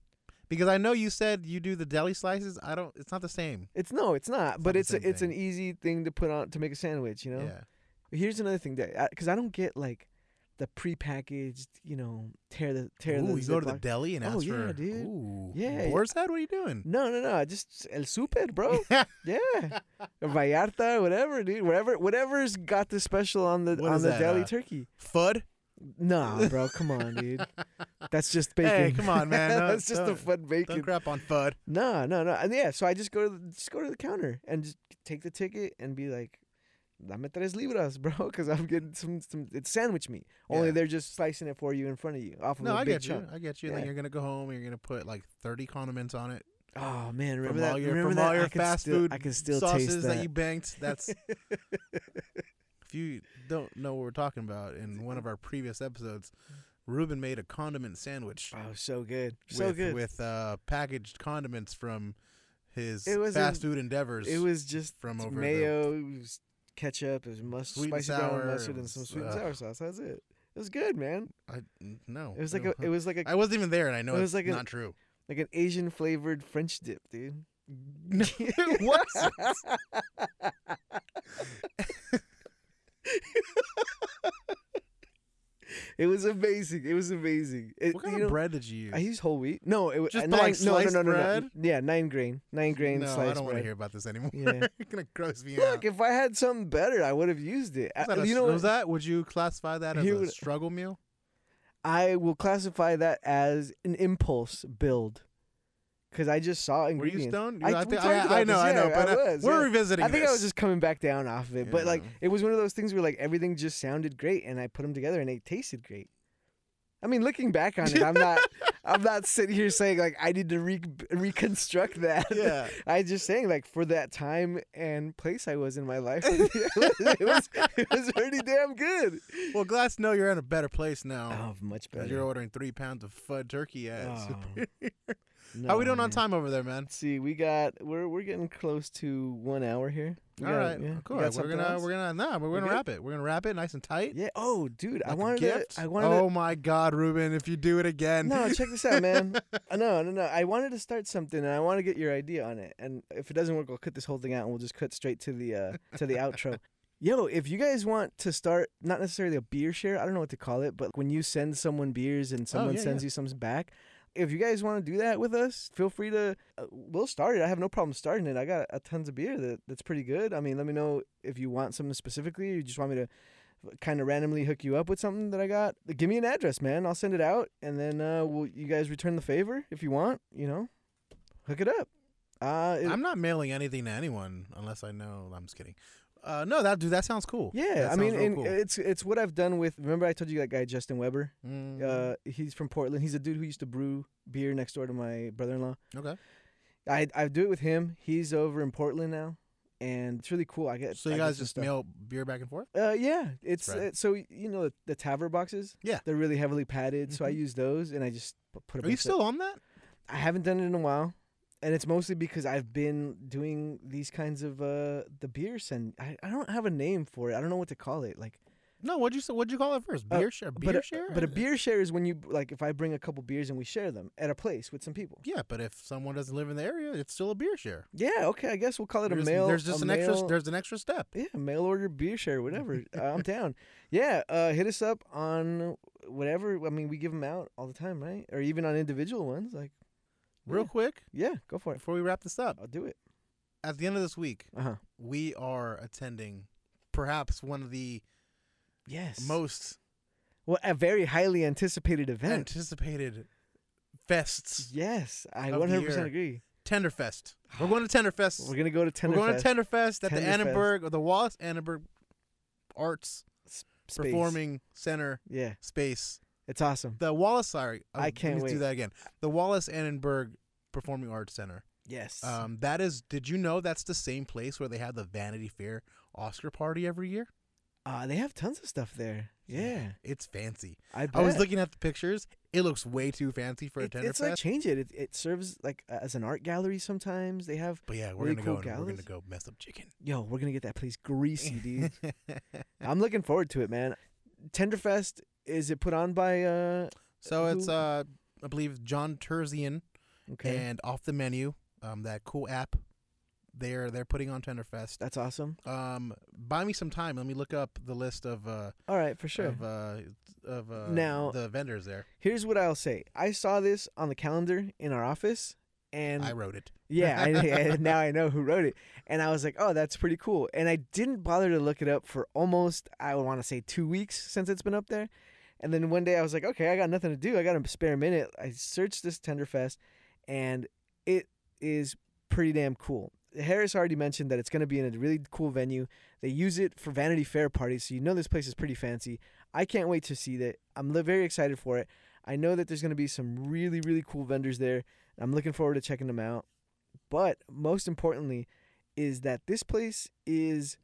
S1: because I know you said you do the deli slices. I don't. It's not the same.
S2: it's no, it's not.
S1: It's
S2: but
S1: not the
S2: it's a,
S1: same
S2: it's an easy thing to put on to make a sandwich. You know.
S1: Yeah.
S2: Here's another thing that because I, don't get like the prepackaged. You know, tear the tear the.
S1: Ooh, you go to the
S2: Ziploc.
S1: deli and
S2: Oh,
S1: ask
S2: yeah,
S1: for
S2: dude.
S1: Ooh,
S2: Yeah, yeah.
S1: boar's head. What are you doing?
S2: no, no, no. Just el super,
S1: [laughs]
S2: bro. yeah, or Vallarta, whatever, dude. Whatever, whatever's got the special on the
S1: What
S2: on
S1: is
S2: the
S1: that,
S2: deli
S1: uh,
S2: turkey.
S1: Fud.
S2: Nah, bro. Come on,
S1: [laughs]
S2: dude. That's just bacon.
S1: Hey, come on, man.
S2: [laughs]
S1: No,
S2: That's just the
S1: don't-
S2: fun
S1: Don't
S2: bacon.
S1: crap on Fud.
S2: No, no, no. And yeah, so I just go to the, just go to the counter and just take the ticket and be like, "Dame tres libras, [laughs] bro," because I'm getting some some it's sandwich meat. Only
S1: Yeah.
S2: they're just slicing it for you in front of you off of
S1: No,
S2: a
S1: I
S2: big
S1: get you.
S2: chunk.
S1: I get you. And Then
S2: Yeah.
S1: you're gonna go home and you're gonna put like 30 condiments on it.
S2: Oh man, remember
S1: all
S2: that?
S1: your-
S2: remember
S1: from
S2: that?
S1: all your
S2: I can
S1: fast
S2: still,
S1: food
S2: I can still taste
S1: Sauces
S2: that.
S1: that. you banked.
S2: [laughs]
S1: That's if you don't know what we're talking about. In one of our previous episodes, Ruben made a condiment sandwich.
S2: oh, so good, so
S1: with,
S2: good.
S1: with uh, packaged condiments from his
S2: It was
S1: fast
S2: in-
S1: food endeavors.
S2: it was just
S1: from over the-
S2: mayo, it was ketchup, it was mustard,
S1: Sweet and
S2: spicy brown
S1: sour, it
S2: mustard, and some
S1: was-
S2: sweet and
S1: ugh.
S2: sour sauce. That's it. It was good, man.
S1: I no.
S2: It was like
S1: no.
S2: a, it was like a,
S1: Uh-huh. I wasn't even there, and I know
S2: it
S1: it's
S2: was like a-
S1: not
S2: [laughs]
S1: true.
S2: like an Asian flavored French dip, dude.
S1: it [laughs]
S2: [laughs]
S1: wasn't.
S2: It was amazing. It was amazing. It,
S1: What kind
S2: you
S1: of
S2: know,
S1: bread did you use?
S2: I used whole wheat. No, it was
S1: Just
S2: uh,
S1: the,
S2: nine,
S1: like,
S2: no, no,
S1: sliced
S2: no, no, no,
S1: bread?
S2: Yeah, nine grain, nine grain
S1: no,
S2: sliced
S1: I don't want to
S2: bread.
S1: hear about this anymore. [laughs]
S2: Yeah.
S1: You're gonna gross me out.
S2: Look, if I had something better, I would have used it. I-
S1: Was that, a,
S2: you know,
S1: was
S2: what?
S1: that would you classify that as
S2: Here
S1: a
S2: would-
S1: struggle meal?
S2: I will classify that as an impulse build, because I just saw
S1: Were you
S2: ingredients.
S1: stoned?
S2: I-
S1: You know,
S2: we
S1: think-
S2: talked about
S1: I, I know,
S2: this,
S1: I know,
S2: yeah,
S1: but
S2: I
S1: uh,
S2: was,
S1: we're
S2: yeah.
S1: revisiting.
S2: I think I was
S1: this.
S2: just coming back down off of it, but like
S1: Yeah.
S2: it was one of those things where like everything just sounded great, and I put them together, and they tasted great. I mean, looking back on it, I'm not, I'm not sitting here saying like I need to re- reconstruct that.
S1: yeah.
S2: [laughs] I just saying like for that time and place I was in my life, [laughs] it, was, it, was, it was pretty damn good.
S1: [laughs] Well, Glass, no, you're in a better place now.
S2: Oh, much
S1: 'cause
S2: better.
S1: You're ordering three pounds of fud turkey ass.
S2: Oh, [laughs]
S1: How we doing
S2: no,
S1: on
S2: man.
S1: time over there, man?
S2: Let's see, we got we're we're getting close to one hour here. We
S1: All
S2: got-
S1: right,
S2: yeah. You
S1: cool.
S2: got
S1: We're
S2: something
S1: gonna
S2: else?
S1: we're gonna nah, we're
S2: We
S1: gonna
S2: good?
S1: wrap it. We're gonna wrap it nice and tight.
S2: Yeah. Oh, dude, I
S1: like a
S2: wanted
S1: gift.
S2: to. I wanted.
S1: oh my God, Ruben! If you do it
S2: to,
S1: again,
S2: no,
S1: [laughs]
S2: check this out, man. Uh, no, no, no. I wanted to start something, and I want to get your idea on it. And if it doesn't work, we'll cut this whole thing out, and we'll just cut straight to the uh, to
S1: [laughs]
S2: the outro. Yo, if you guys want to start, not necessarily a beer share, I don't know what to call it, but when you send someone beers and someone
S1: Oh, yeah,
S2: sends you some back, if you guys want to do that with us, feel free to. Uh, we'll start it. I have no problem starting it. I got a tons of beer that, that's pretty good. I mean, let me know if you want something specifically, or you just want me to kind of randomly hook you up with something that I got. Give me an address, man. I'll send it out, and then uh, will you guys return the favor if you want? You know, hook it up. Uh, it-
S1: I'm not mailing anything to anyone unless I know. I'm just kidding. Uh, no, that dude, that sounds cool.
S2: yeah,
S1: That
S2: I mean,
S1: sounds real
S2: and
S1: cool.
S2: it's it's what I've done with. Remember, I told you that guy Justin Weber.
S1: Mm,
S2: Uh, he's from Portland. He's a dude who used to brew beer next door to my brother-in-law.
S1: okay,
S2: I I do it with him. He's over in Portland now, and it's really cool. I get
S1: so you
S2: I get
S1: guys
S2: some
S1: just
S2: stuff.
S1: mail beer back and forth.
S2: Uh, yeah, it's
S1: rad.
S2: uh, so you know the, the Taver boxes.
S1: Yeah.
S2: they're really heavily padded, so I
S1: Mhm.
S2: use those and I just p- put. a
S1: Are you
S2: bunch of-
S1: still on that?
S2: I haven't done it in a while, and it's mostly because I've been doing these kinds of uh the beers, and I, I don't have a name for it. I don't know what to call it. Like,
S1: No, what'd you say? What'd you call it first?
S2: Uh,
S1: Beer share, beer
S2: but a,
S1: share,
S2: but a
S1: Uh,
S2: beer share is when you like if I bring a couple beers and we share them at a place with some people.
S1: Yeah, but if someone doesn't live in the area, it's still a beer share.
S2: Yeah, okay, I guess we'll call it
S1: There's,
S2: a mail.
S1: there's just
S2: a
S1: an extra.
S2: mail-
S1: There's an extra step.
S2: yeah, mail order beer share,
S1: [laughs]
S2: whatever. Uh, I'm down. Yeah, uh, hit us up on whatever. I mean, we give them out all the time, right? Or even on individual ones. Like,
S1: Real
S2: Yeah.
S1: quick
S2: yeah, go for it.
S1: before we wrap this up,
S2: I'll do it.
S1: at the end of this week,
S2: Uh huh.
S1: we are attending perhaps one of the
S2: Yes.
S1: most
S2: well, a very highly anticipated event.
S1: anticipated fests,
S2: Yes, I
S1: of the
S2: 100
S1: year.
S2: percent agree.
S1: Tenderfest. We're
S2: [gasps]
S1: going to Tenderfest.
S2: We're gonna go to
S1: We're
S2: Tenderfest.
S1: going to Tenderfest at the
S2: Tenderfest.
S1: Annenberg or the Wallace Annenberg Arts
S2: space.
S1: Performing Center
S2: Yeah,
S1: space.
S2: it's awesome.
S1: The Wallace. Sorry, um,
S2: I
S1: let
S2: can't
S1: me
S2: wait.
S1: Do that again. The Wallace Annenberg Performing Arts Center.
S2: Yes.
S1: Um, that is. Did you know that's the same place where they have the Vanity Fair Oscar party every year?
S2: uh, they have tons of stuff there. Yeah,
S1: it's fancy.
S2: I. Bet.
S1: I was looking at the pictures. It looks way too fancy for a
S2: It-
S1: Tenderfest.
S2: it's like change it. it. It serves like uh, as an art gallery sometimes. They have.
S1: but yeah, we're
S2: really
S1: gonna
S2: cool
S1: go. And we're
S2: galas.
S1: gonna go mess up
S2: [laughs]
S1: chicken.
S2: Yo, we're gonna get that place
S1: [laughs]
S2: greasy, dude. I'm looking forward to it, man. Tenderfest is it put on by? uh
S1: so it's
S2: Who-
S1: uh, I believe John Terzian
S2: Okay,
S1: and off the menu, um, that cool app. They're they're putting on Tenderfest.
S2: that's awesome.
S1: Um, buy me some time. Let me look up the list of uh
S2: All right, for sure.
S1: of uh of uh
S2: Now-
S1: the vendors there.
S2: Here's what I'll say. I saw this on the calendar in our office, and
S1: I wrote it.
S2: Yeah, I, I- now I know who wrote it. And I was like, oh, that's pretty cool. And I didn't bother to look it up for almost, I would want to say, two weeks since it's been up there. And then one day I was like, okay, I got nothing to do. I got a spare minute. I searched this Tenderfest, and it is pretty damn cool. Harris already mentioned that it's going to be in a really cool venue. They use it for Vanity Fair parties, so you know this place is pretty fancy. I can't wait to see that. I'm li- very excited for it. I know that there's going to be some really, really cool vendors there. I'm looking forward to checking them out. But most importantly, is that this place is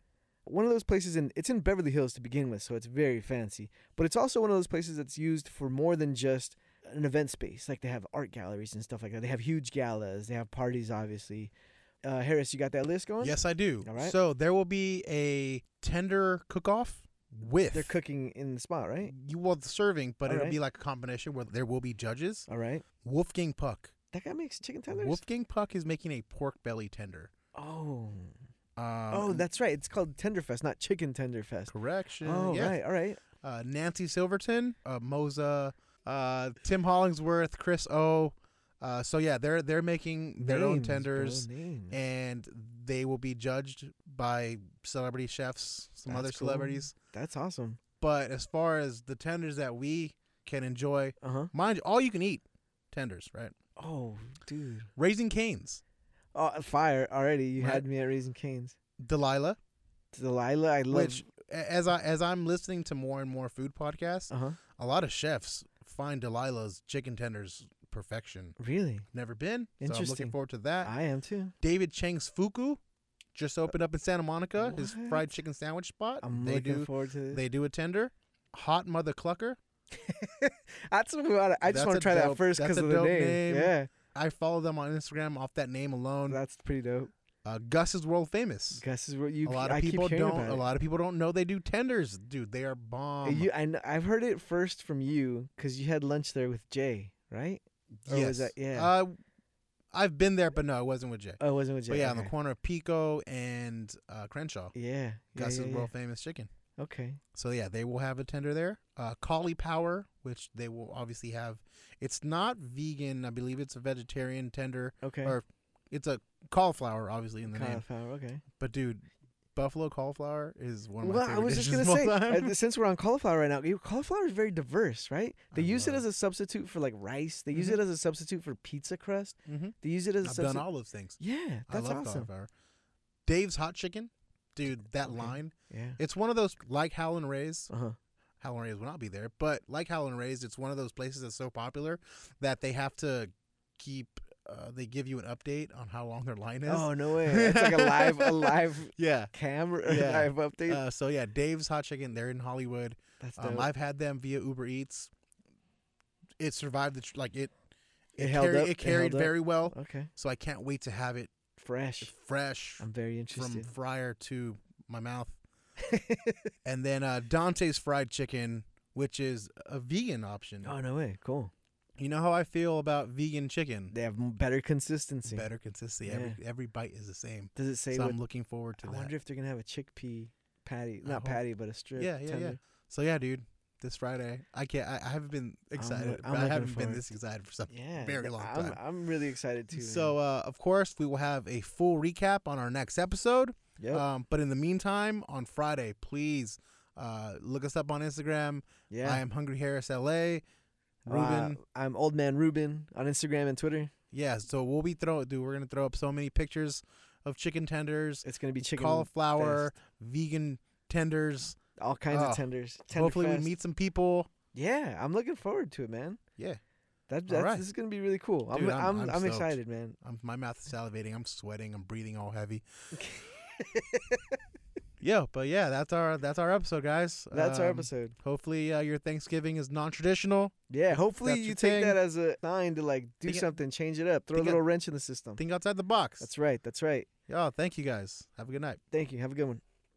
S2: one of those places in it's in Beverly Hills to begin with, so it's very fancy. But it's also one of those places that's used for more than just an event space. Like they have art galleries and stuff like that. They have huge galas. They have parties, obviously. Uh, Harris, you got that list going?
S1: Yes, I do.
S2: All right.
S1: So there will be a tender cook-off with
S2: They're cooking in the spot, right?
S1: you well the serving, but
S2: All
S1: it'll
S2: right.
S1: be like a combination where there will be judges.
S2: All right.
S1: Wolfgang Puck.
S2: That guy makes chicken tenders.
S1: Wolfgang Puck is making a pork belly tender.
S2: Oh.
S1: Um,
S2: oh,
S1: and-
S2: that's right. It's called Tenderfest, not Chicken Tenderfest.
S1: correction.
S2: Oh,
S1: yeah.
S2: right. All right.
S1: uh, Nancy Silverton, uh, Moza, uh, Tim Hollingsworth, Chris O. Uh, so yeah, they're they're making their own
S2: Names, bro,
S1: tenders,
S2: names.
S1: and they will be judged by celebrity chefs, some
S2: That's
S1: other
S2: cool.
S1: celebrities.
S2: That's awesome.
S1: But as far as the tenders that we can enjoy,
S2: Uh huh.
S1: mind you, all you can eat tenders, right?
S2: Oh, dude.
S1: Raising Canes,
S2: Oh, fire already. You
S1: Right.
S2: had me at Raising Canes.
S1: Delilah,
S2: Delilah, I love.
S1: which a- as I as I'm listening to more and more food podcasts,
S2: Uh huh.
S1: a lot of chefs find Delilah's chicken tenders perfection.
S2: Really?
S1: Never been, so I'm looking
S2: Interesting.
S1: forward to that.
S2: I am too.
S1: David Cheng's Fuku just opened up in Santa Monica, his
S2: What?
S1: fried chicken sandwich spot.
S2: I'm
S1: Uh, they
S2: looking
S1: do
S2: forward to this.
S1: they do a tender. Hot Mother Clucker.
S2: That's what we wanna, I
S1: That's
S2: just want
S1: a
S2: to try
S1: dope-
S2: that first
S1: that's
S2: because
S1: a
S2: of the
S1: dope
S2: name.
S1: name.
S2: Yeah,
S1: I follow them on Instagram off that name alone.
S2: that's pretty dope.
S1: Uh, Gus is world famous.
S2: Gus is what you.
S1: a lot of
S2: I keep
S1: people
S2: hearing
S1: don't.
S2: about
S1: A
S2: it.
S1: lot of people don't know they do tenders, dude. They are bomb.
S2: You, I, kn- I've heard it first from you because you had lunch there with Jay, right? or was Oh, that- yeah.
S1: Uh, I've been there, but no, it wasn't with Jay.
S2: Oh, it wasn't with Jay.
S1: but yeah, on the
S2: okay.
S1: corner of Pico and uh, Crenshaw,
S2: Yeah, yeah,
S1: Gus
S2: yeah,
S1: is
S2: yeah.
S1: world famous chicken.
S2: Okay.
S1: So yeah, they will have a tender there. Uh, Collie Power, which they will obviously have. It's not vegan. I believe it's a vegetarian tender.
S2: Okay.
S1: Or it's a cauliflower, obviously in the name.
S2: cauliflower. Okay.
S1: But dude, buffalo cauliflower is one of my
S2: Well,
S1: favorite
S2: I was just
S1: dishes of
S2: gonna say,
S1: all time.
S2: uh, since we're on cauliflower right now, you- cauliflower is very diverse, right? They
S1: I
S2: use it
S1: love
S2: as a substitute for like rice. They use
S1: Mhm.
S2: it as a substitute for pizza crust.
S1: Mhm.
S2: They use it as
S1: [laughs]
S2: a
S1: I've done
S2: substitute.
S1: all those things.
S2: yeah, that's
S1: I love
S2: awesome.
S1: cauliflower. Dave's hot chicken, dude. That
S2: Okay.
S1: line.
S2: Yeah.
S1: It's one of those like Howlin' Rays.
S2: Uh huh.
S1: Howlin' Rays will not be there, but like Howlin' Rays, it's one of those places that's so popular that they have to keep. Uh, they give you an update on how long their line is.
S2: Oh no way! It's like a live, a live
S1: [laughs] Yeah.
S2: camera, [laughs]
S1: Yeah.
S2: live update.
S1: Uh, so yeah, Dave's Hot Chicken. They're in Hollywood.
S2: that's dope.
S1: Um, I've had them via Uber Eats. It survived the tr- like it.
S2: It held
S1: carried,
S2: up,
S1: It
S2: it
S1: carried
S2: held up.
S1: very well.
S2: okay,
S1: So I can't wait to have it
S2: fresh.
S1: fresh
S2: I'm very
S1: from
S2: interested.
S1: fryer to my
S2: [laughs]
S1: mouth. and then uh, Dante's fried chicken, which is a vegan option.
S2: oh no way! Cool.
S1: You know how I feel about vegan chicken.
S2: They have m- better consistency.
S1: Better consistency. Every every bite is the same.
S2: Does it say
S1: so
S2: what?
S1: I'm looking forward to
S2: I
S1: that.
S2: wonder if they're gonna have a chickpea patty,
S1: I
S2: not
S1: hope-
S2: patty, but a strip.
S1: Yeah, yeah, yeah.
S2: tender.
S1: so yeah, dude, this Friday I can't. I, I haven't been excited. but I
S2: I'm looking
S1: haven't been
S2: forward
S1: this excited for something.
S2: Yeah,
S1: Very
S2: no,
S1: long
S2: I'm,
S1: time.
S2: I'm really excited too. man.
S1: So uh, of course we will have a full recap on our next episode.
S2: yep,
S1: Um, but in the meantime, on Friday, please uh, look us up on Instagram.
S2: yeah,
S1: I am Hungry Harris LA.
S2: Uh,
S1: Ruben.
S2: I'm old man Ruben on Instagram and Twitter.
S1: yeah, so we'll be throwing, dude, we're going to throw up so many pictures of chicken tenders,
S2: It's gonna be chicken,
S1: cauliflower, vegan tenders.
S2: all kinds
S1: Oh,
S2: of tenders. Tender
S1: Hopefully,
S2: fest.
S1: we meet some people.
S2: Yeah, I'm looking forward to it, man.
S1: Yeah,
S2: That, that's
S1: right.
S2: this is gonna be really cool. I'm
S1: Dude, I'm-
S2: I'm, I'm,
S1: I'm stoked.
S2: excited, man.
S1: I'm, my mouth is salivating. I'm sweating. I'm breathing all
S2: [laughs]
S1: heavy. yeah, but yeah, that's our that's our episode, guys.
S2: That's our
S1: Um,
S2: episode.
S1: Hopefully, uh, your Thanksgiving is non-traditional.
S2: Yeah, hopefully
S1: that's your
S2: you take
S1: thing.
S2: that as a sign to like do
S1: Think it-
S2: something, change it up, throw a
S1: think it-
S2: little wrench in the system.
S1: Think outside the box.
S2: That's right. That's right.
S1: Yeah, thank you guys. Have a good night.
S2: Thank you. Have a good one.